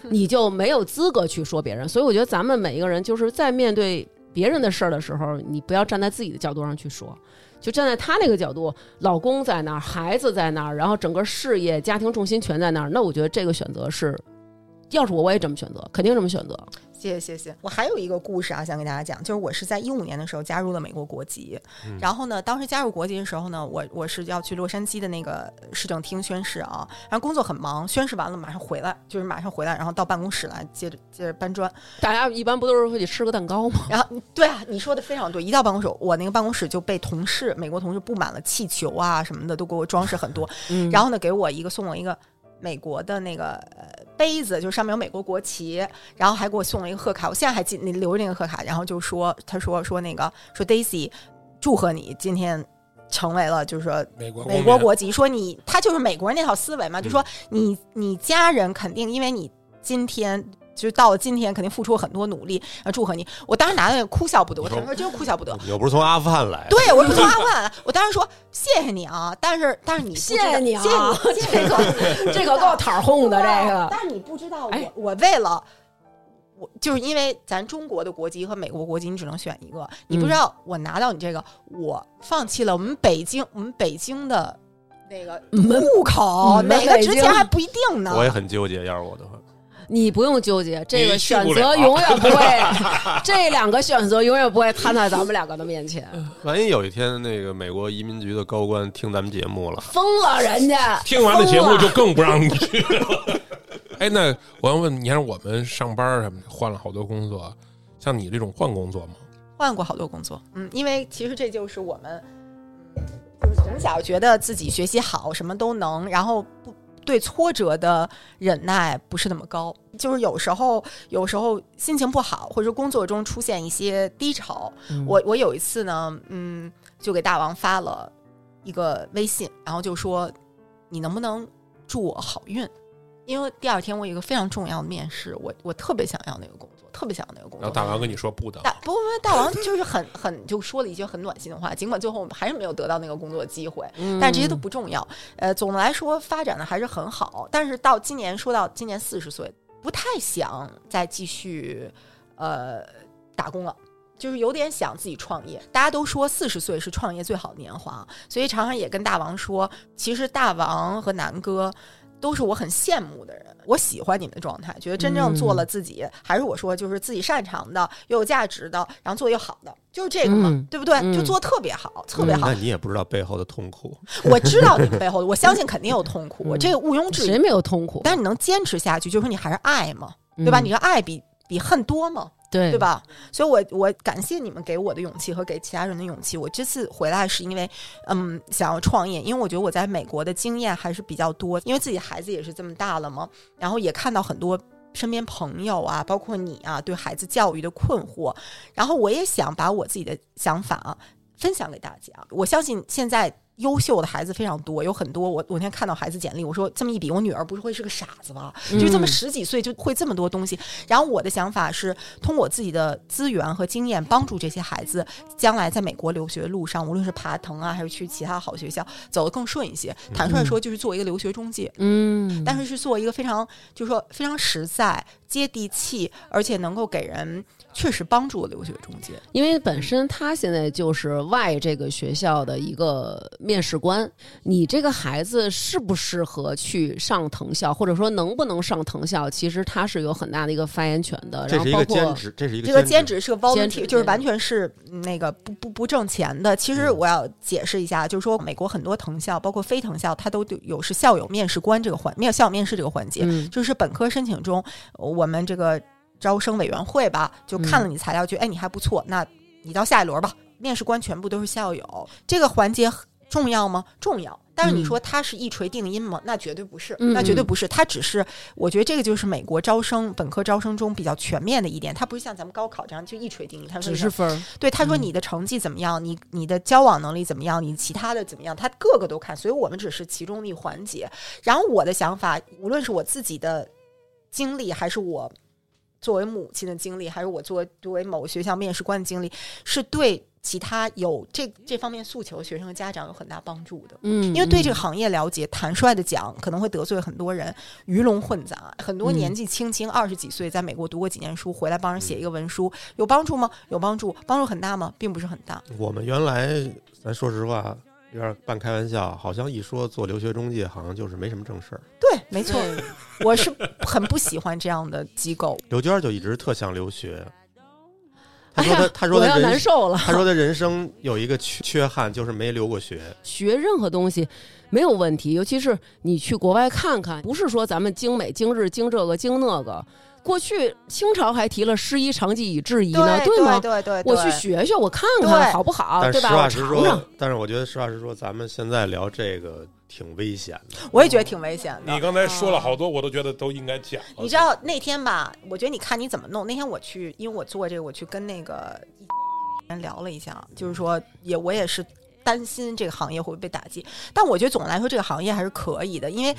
你就没有资格去说别人。所以我觉得咱们每一个人就是在面对别人的事儿的时候，你不要站在自己的角度上去说，就站在他那个角度，老公在那儿，孩子在那儿，然后整个事业、家庭重心全在那儿。那我觉得这个选择是，要是我我也这么选择，肯定这么选择。 谢谢谢谢。我还有一个故事啊，想给大家讲，就是我是在一五年的时候加入了美国国籍，然后呢，当时加入国籍的时候呢，我我是要去洛杉矶的那个市政厅宣誓啊，然后工作很忙，宣誓完了马上回来，就是马上回来，然后到办公室来接着接着搬砖。大家一般不都是会去吃个蛋 糕吗？然后对啊，你说的非常对，一到办公室，我那个办公室就被同事美国同事布满了气球啊什么的，都给我装饰很多，嗯然后呢，给我一个送我一个美国的那个呃杯子，就上面有美国国旗，然后还给我送了一个贺卡，我现在还记那留着那个贺卡，然后就说他说说那个说 Daisy，祝贺你今天成为了就是说美国嗯美国国籍，说你他就是美国人那套思维嘛，就说你你家人肯定因为你今天。就到了今天，肯定付出了很多努力，啊，祝贺你！我当时拿到哭笑不得，我当时真哭笑不得。你又不是从阿富汗来，对，我不从阿富汗，我当时说谢谢你啊，但是但是你不知道谢谢你啊谢谢你，这 个这可够讨哄的，这个。但是你不知道，哎我我为了我就是因为咱中国的国籍和美国国籍，你只能选一个。你不知道，我拿到你这个，我放弃了我们北京，我们北京的那个户口，嗯哪个北值京钱还不一定啊呢。我也很纠结。要是我的话，你不用纠结，这个你去不选了择永远不会，这两个选择永远不会摊在咱们两个的面前。嗯万一有一天那个美国移民局的高官听咱们节目了，疯了人家，听完了节目疯就更不让你去 了。哎，那我要问，你看我们上班什么的，换了好多工作，像你这种换工作吗？换过好多工作，嗯，因为其实这就是我们，嗯就是从小觉得自己学习好，什么都能，然后不对挫折的忍耐不是那么高。就是有时候，有时候心情不好，或者工作中出现一些低潮。嗯我我有一次呢，嗯，就给大王发了一个微信，然后就说你能不能祝我好运？因为第二天我有一个非常重要的面试，我我特别想要那个工作，特别想要那个工然作后。大王跟你说不的，大不不不，大王就是很很就说了一句很暖心的话，尽管最后我们还是没有得到那个工作机会，嗯但这些都不重要。呃，总的来说发展的还是很好，但是到今年说到今年四十岁，不太想再继续呃打工了。就是有点想自己创业，大家都说四十岁是创业最好的年华，所以常常也跟大王说，其实大王和南哥都是我很羡慕的人，我喜欢你们的状态，觉得真正做了嗯自己，还是我说就是自己擅长的、又有价值的，然后做的又好的，就是这个嘛，嗯对不对？嗯就做得特别好，特别好嗯那。你也不知道背后的痛苦。 我知道你们背后的，我相信肯定有痛苦，嗯我这个毋庸置谁疑。没有痛苦？但你能坚持下去，就是说你还是爱嘛，对吧？嗯你的爱比比恨多嘛，对对？吧？所以我，我感谢你们给我的勇气和给其他人的勇气。我这次回来是因为，嗯，想要创业，因为我觉得我在美国的经验还是比较多，因为自己孩子也是这么大了嘛，然后也看到很多身边朋友啊，包括你啊，对孩子教育的困惑，然后我也想把我自己的想法啊分享给大家。我相信现在。优秀的孩子非常多，有很多我我那天看到孩子简历，我说这么一比，我女儿不是会是个傻子吧？就这么嗯十几岁就会这么多东西。然后我的想法是，通过我自己的资源和经验，帮助这些孩子将来在美国留学的路上，无论是爬藤啊，还是去其他好学校，走得更顺一些。坦率地说，就是做一个留学中介，嗯，但是是做一个非常，就是说非常实在、接地气，而且能够给人确实帮助的留学中介。因为本身他现在就是外这个学校的一个面试官，你这个孩子适不适合去上藤校，或者说能不能上藤校，其实他是有很大的一个发言权的。这然后是一包个括兼职，这是一个这个兼兼。职是个兼职 volunteer，就是兼职完全是嗯那个不不不挣钱的。其实我要解释一下，就是说美国很多藤校，包括非藤校，它都有是校友面试官这个环，面校友面试这个环节，嗯就是本科申请中，呃我们这个招生委员会吧，嗯就看了你材料，觉得哎你还不错，那你到下一轮吧。面试官全部都是校友，这个环节很重要吗？重要。但是你嗯说它是一锤定音吗？那绝对不是，嗯那绝对嗯不是。它只是，我觉得这个就是美国招生本科招生中比较全面的一点，它不是像咱们高考这样就一锤定音。它说只你是分儿，对他说嗯你的成绩怎么样，你你的交往能力怎么样，你其他的怎么样，他各个都看，所以我们只是其中的一环节。然后我的想法，无论是我自己的经历，还是我作为母亲的经历，还是我作为作为某个学校面试官的经历，是对其他有这这方面诉求的学生和家长有很大帮助的。嗯，因为对这个嗯行业了解，坦率的讲，可能会得罪很多人，鱼龙混杂。很多嗯年纪轻轻二十几岁，在美国读过几年书，回来帮人写一个文书，嗯有帮助吗？有帮助，帮助很大吗？并不是很大。我们原来，咱说实话，有点半开玩笑，好像一说做留学中介，好像就是没什么正事儿。对，没错，我是很不喜欢这样的机构。刘娟儿就一直特想留学。她哎说呀她、她说我她要人难受了。 她说她人生有一个缺缺憾，就是没留过 学。学任何东西没有问题，尤其是你去国外看看，不是说咱们经美、经日、经这个、经那个。过去清朝还提了“师夷长 技以制夷”呢，对吗？对对，我去学学，我看看对好不好，但哎哦对实吧？话我实尝尝说。，但是我觉得实话实说，咱们现在聊这个挺危险的。我也觉得挺危险的你。刚才说了好多，我都觉得都应该讲了。你知道那天吧？我觉得你看你怎么弄。那天我去，因为我做这个，我去跟那个人聊了一 下，就是说也我也是担心这个行业会不会被打击，但我觉得总的来说这个行业还是可以的，因为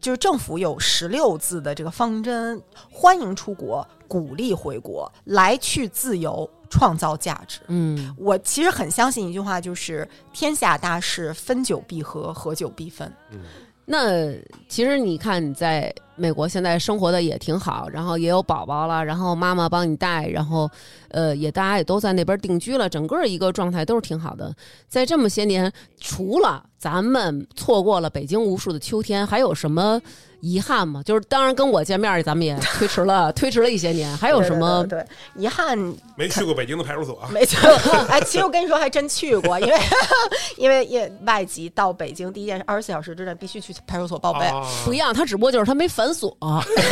就是政府有十六字的这个方针，欢迎出国，鼓励回国，来去自由，创造价值。嗯，我其实很相信一句话，就是天下大事，分久必合，合久必分。嗯，那其实你看你在美国现在生活的也挺好，然后也有宝宝了，然后妈妈帮你带，然后呃也大家也都在那边定居了，整个一个状态都是挺好的。在这么些年，除了咱们错过了北京无数的秋天，还有什么遗憾吗？就是当然跟我见面，咱们也推迟了， 推迟了一些年，还还有什么？对对对遗憾没去过北京的派出所啊？ 没错，哎，其实我跟你说，还真去过，因为 因为也外籍到北京第一件事，二十四小时之内必须去派出所报备。啊 不一样，他只不过就是他没烦反锁，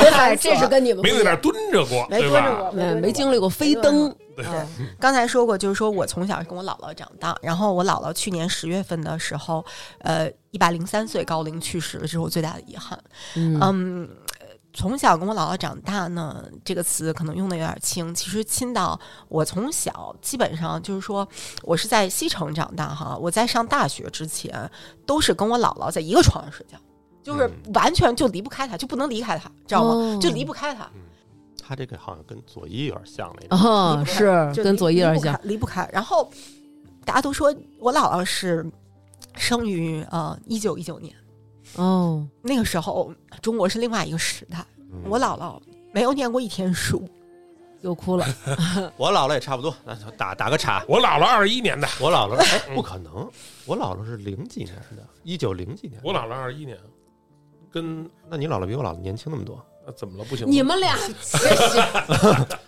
哎哎，这是跟你们不没一在那样儿蹲着过，没对蹲着吧？过，哎没历经历过嗯飞登，刚才说过，就是说我从小是跟我姥姥长大，然后我姥姥去年十月份的时候，呃，一百零三岁高龄去世了，这是我最大的遗憾。嗯嗯，从小跟我姥姥长大呢，这个词可能用的有点轻。其实亲到我从小基本上就是说，我是在西城长大哈，我在上大学之前都是跟我姥姥在一个床上睡觉，就是完全就离不开她，就不能离开她，知道吗？嗯哦就离不开她。他这个好像跟左一有点像那种，哦离，不开是就跟离左一有点离不像开，离不开。然后大家都说我姥姥是生于呃一九一九年，哦，那个时候中国是另外一个时代，嗯我姥姥没有念过一天书。又哭哎了，我姥姥也差不多，那就打打个岔。我姥姥二十一年的，我姥姥嗯哎，不可能，我姥姥是零几年的，一九零几年的。我姥姥二十一年，跟那你姥姥比我姥姥年轻那么多，那啊怎么了？不行吗？你们 俩谢谢，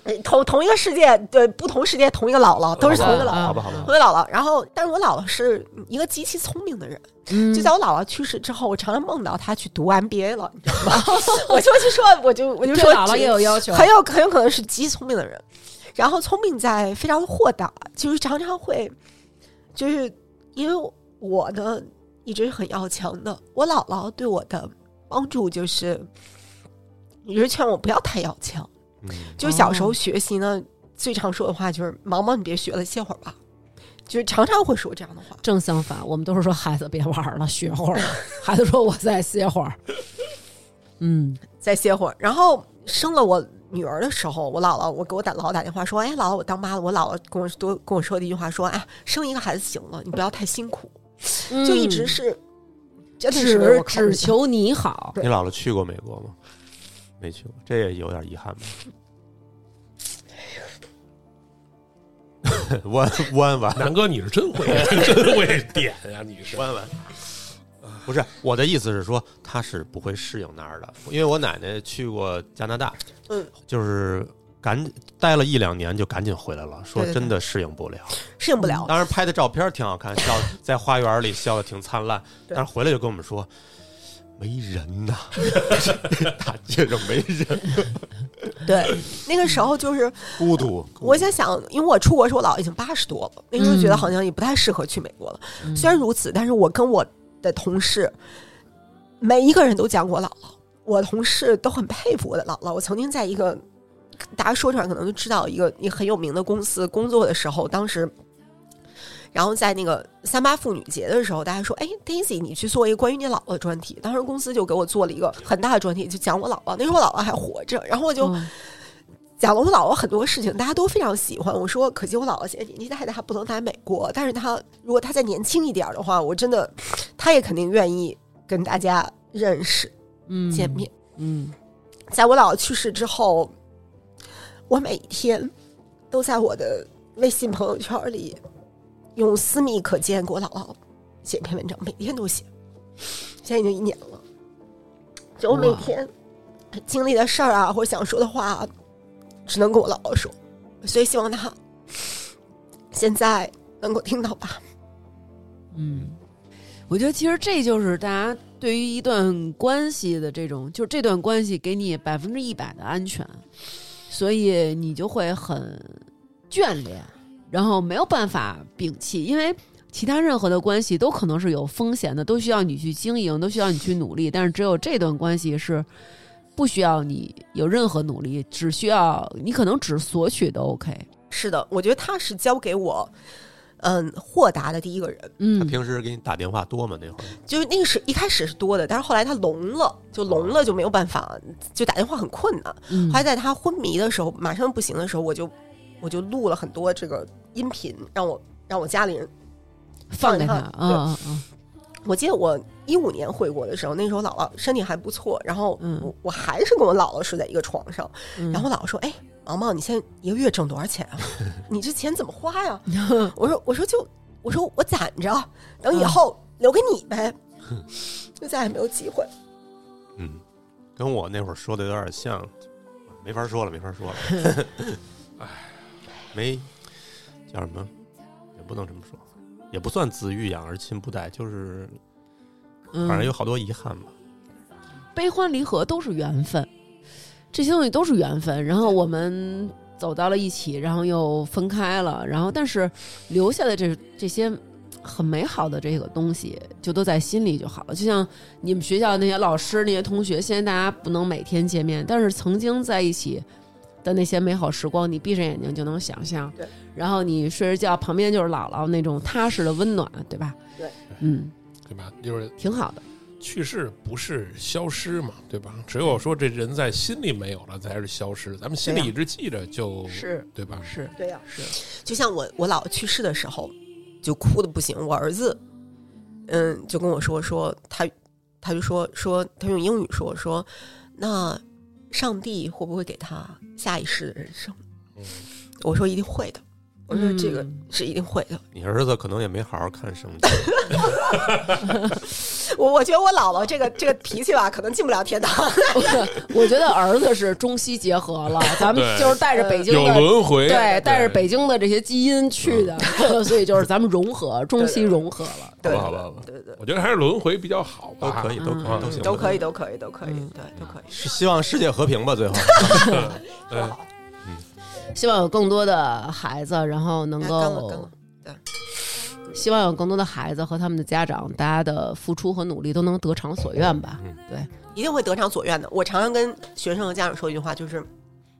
呃同同一个世界，对，不同世界同一个姥姥，都是好哦吧同一个姥姥，好吧好吧同一个姥姥。然后，但是我姥姥是一个极其聪明的人，嗯嗯就在我姥姥去世之后，我常常梦到她去读 MBA 了，你知道吗？ 我就就说，我就我就哦对说，姥姥也有要求，很有很有可能是极其聪明的人，然后聪明在非常豁达，就是常常会，就是因为我呢一直是很要强的，我姥姥对我的帮助就是一直劝我不要太要强。嗯，就小时候学习呢，最常说的话就是“毛毛，你别学了，歇会儿吧”，就是常常会说这样的话。正相反，我们都是说孩子别玩了，学会儿。孩子说我再歇会儿。嗯，再歇会儿，然后生了我女儿的时候，我姥姥我给我打姥姥打电话说：“哎，姥姥，我当妈了。”我姥姥跟我多跟我说的一句话说：“哎，生一个孩子行了，你不要太辛苦。”就一直是，真的嗯是嗯只我看只求你好。你姥姥去过美国吗？没去过，这也有点遗憾 吧。弯弯弯南哥，你是真会，真会点呀！你是弯弯，呃不是我的意思是说，他是不会适应那儿的，因为我奶奶去过加拿大，嗯，就是赶待了一两年就赶紧回来了，说对对对真的适应不了。适应不了。当然拍的照片挺好看，笑在花园里笑的挺灿烂，对但是回来就跟我们说。没人呐， 大街上没人，对，那个时候就是孤独。我在想，因为我出国的时候，我姥姥已经八十多了，那时候觉得嗯好像也不太适合去美国了。虽然如此，但是我跟我的同事，每一个人都讲过我姥姥，我同事都很佩服我的姥姥。我曾经在一个大家说出来可能就知道一个一个很有名的公司工作的时候，当时。然后在那个三八妇女节的时候，大家说：“哎，Daisy，你去做一个关于你姥姥的专题。”当时公司就给我做了一个很大的专题，就讲我姥姥。那时候我姥姥还活着，然后我就嗯讲了我姥姥很多事情，大家都非常喜欢。我说，可惜我姥姥现在年纪太大，不能来美国。但是她如果她再年轻一点儿的话，我真的，她也肯定愿意跟大家认识、嗯见面。嗯，在我姥姥去世之后，我每天都在我的微信朋友圈里用私密可见给我姥姥写一篇文章，每天都写。现在已经一年了，就我每哇天经历的事儿啊，或者想说的话啊、只能跟我姥姥说，所以希望她现在能够听到吧。我觉得其实这就是大家对于一段关系的这种，就是这段关系给你百分之一百的安全，所以你就会很眷恋，然后没有办法摒弃，因为。其他任何的关系都可能是有风险的，都需要你去经营，都需要你去努力。但是只有这段关系是不需要你有任何努力，只需要你可能只索取都 OK。是的，我觉得她是教给我，嗯，豁达的第一个人。他嗯，平时给你打电话多吗？那会儿就是那个是一开始是多的，但是后来他聋了，就聋了就没有办法，就打电话很困难。嗯后来在他昏迷的时候，马上不行的时候，我就我就录了很多这个音频，让我让我家里人。放给他放啊给他啊啊！我记得我一五年回国的时候，那时候姥姥身体还不错，然后我、嗯我还是跟我姥姥睡在一个床上，嗯然后我姥姥说：“哎，毛毛，你现在一个月挣多少钱 啊？你这钱怎么花呀？”我说：“我说就我说我攒着，等以嗯后留给你呗。就再也没有机会。嗯，跟我那会儿说的有点像，没法说了，没法说了。没叫什么，也不能这么说，也不算子欲养而亲不待，就是嗯反正有好多遗憾吧。悲欢离合都是缘分，这些东西都是缘分。然后我们走到了一起，然后又分开了，然后但是留下的这这些很美好的这个东西，就都在心里就好了。就像你们学校那些老师、那些同学，现在大家不能每天见面，但是曾经在一起。的那些美好时光，你闭上眼睛就能想象对，然后你睡着觉，旁边就是姥姥那种踏实的温暖，对吧？对，嗯，对吧？就是挺好的。去世不是消失嘛，对吧？只有说这人在心里没有了，才是消失。咱们心里一直记着就，是对吧？是对呀、是，就像我我姥姥去世的时候，就哭的不行。我儿子，嗯，就跟我说说他，他就说说他用英语说说，那上帝会不会给他下一世的人生？嗯我说一定会的，我说这个嗯是一定会的。你儿子可能也没好好看圣经，我我觉得我姥姥这个这个脾气吧，可能进不了天堂。 我觉得儿子是中西结合了，咱们对就是带着北京有的。轮回，对，带着北京的这些基因去的，嗯所以就是咱们融合，中西融合了。对好吧好吧对对对，我觉得还是轮回比较好都吧，可以，都可嗯以，都行，都可以。以都可以都可以，嗯对都可以。是希望世界和平吧，最后。对， 希望有更多的孩子，然后能哎干了干够了，希望有更多的孩子和他们的家长，大家的付出和努力都能得偿所愿吧。一定会得偿所愿的。我常常跟学生和家长说一句话，就是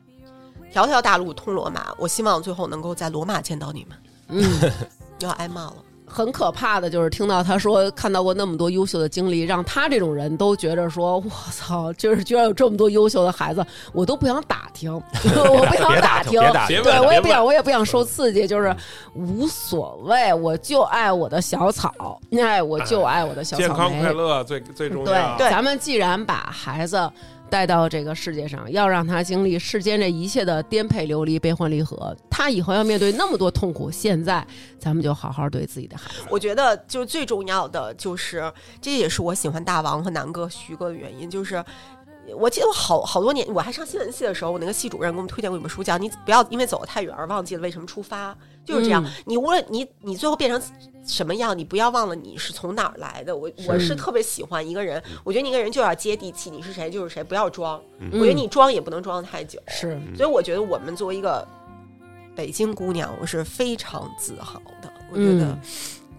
“条条大路通罗马”。我希望最后能够在罗马见到你们。嗯， 要挨骂了，很可怕的就是听到他说看到过那么多优秀的经历，让他这种人都觉着说，我操，就是居然有这么多优秀的孩子，我都不想打 听，我不想别打听，别打听别对问，我也不别问嗯想，我也不想受刺激，就是无所谓，我就爱我的小草，哎，我就爱我的小草莓。健康快乐最最重要。对，咱们既然把孩子带到这个世界上，要让他经历世间这一切的颠沛流离、悲欢离合，他以后要面对那么多痛苦，现在咱们就好好对自己的孩子。我觉得就是最重要的，就是这也是我喜欢大王和南哥、徐哥的原因，就是。我记得我好好多年，我还上新闻系的时候，我那个系主任给我们推荐过一本书，叫《你不要因为走得太远而忘记了为什么出发》，就是这样。嗯你无论你你最后变成什么样，你不要忘了你是从哪儿来的。我我是特别喜欢一个人，我觉得你一个人就要接地气，你是谁就是谁，不要装。我觉得嗯你装也不能装得太久。是所以我觉得我们作为一个北京姑娘，我是非常自豪的。我觉得嗯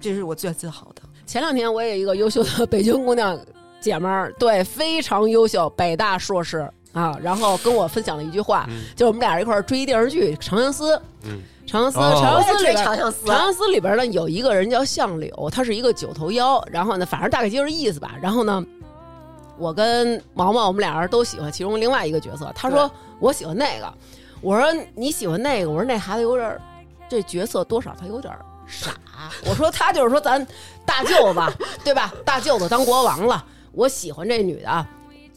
这是我最自豪的。前两天我也有一个优秀的北京姑娘姐们儿，对，非常优秀，北大硕士啊，然后跟我分享了一句话，就是我们俩一块儿追一电视剧《长相思》，嗯长相思，哦长我相思也追里边长相思，长相思里边呢有一个人叫相柳，他是一个九头妖，然后呢，反正大概就是意思吧。然后呢，我跟毛毛我们俩人都喜欢其中另外一个角色，他说我喜欢那个，我说你喜欢那个，我说那孩子有点儿，这角色多少他有点儿傻。我说他就是说咱大舅子对吧？大舅子当国王了，我喜欢这女的。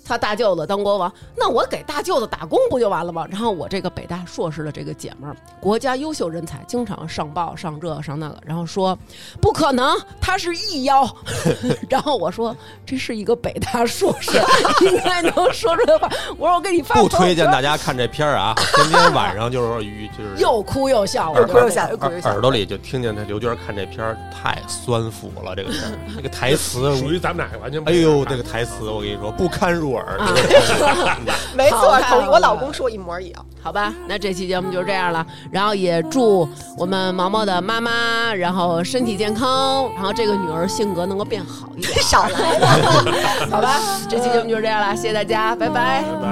他大舅子当国王，那我给大舅子打工不就完了吗？然后我这个北大硕士的这个姐们儿，国家优秀人才，经常上报上这上那个，然后说不可能，他是异妖。 然后我说这是一个北大硕 士，应该能说出来吧？我说我给你发不朋友推荐圈大家看这片儿啊，天天晚上就是与就是又哭又笑，我又就哭又是这笑，个又哭又耳笑耳。朵里就听见他刘娟看这片儿太酸腐了，这个片儿 那个台词，属于咱们俩完全不哎一样呦，那个台词我跟你说不堪入耳。啊这个没错好，看同意。好我看老公说一模一样。 好吧，那这期节目就是这样了。然后也祝我们毛毛的妈妈，然后身体健康，然后这个女儿性格能够变好一点，少来，好吧？这期节目就是这样了，谢谢大家，拜拜。拜拜。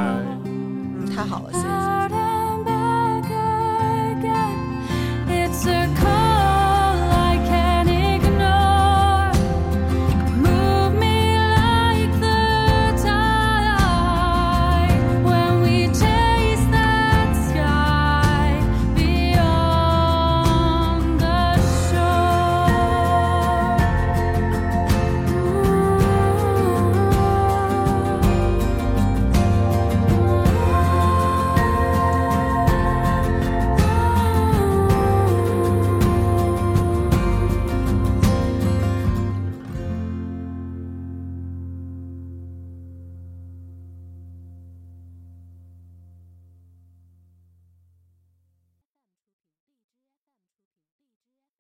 嗯，太好了，谢谢。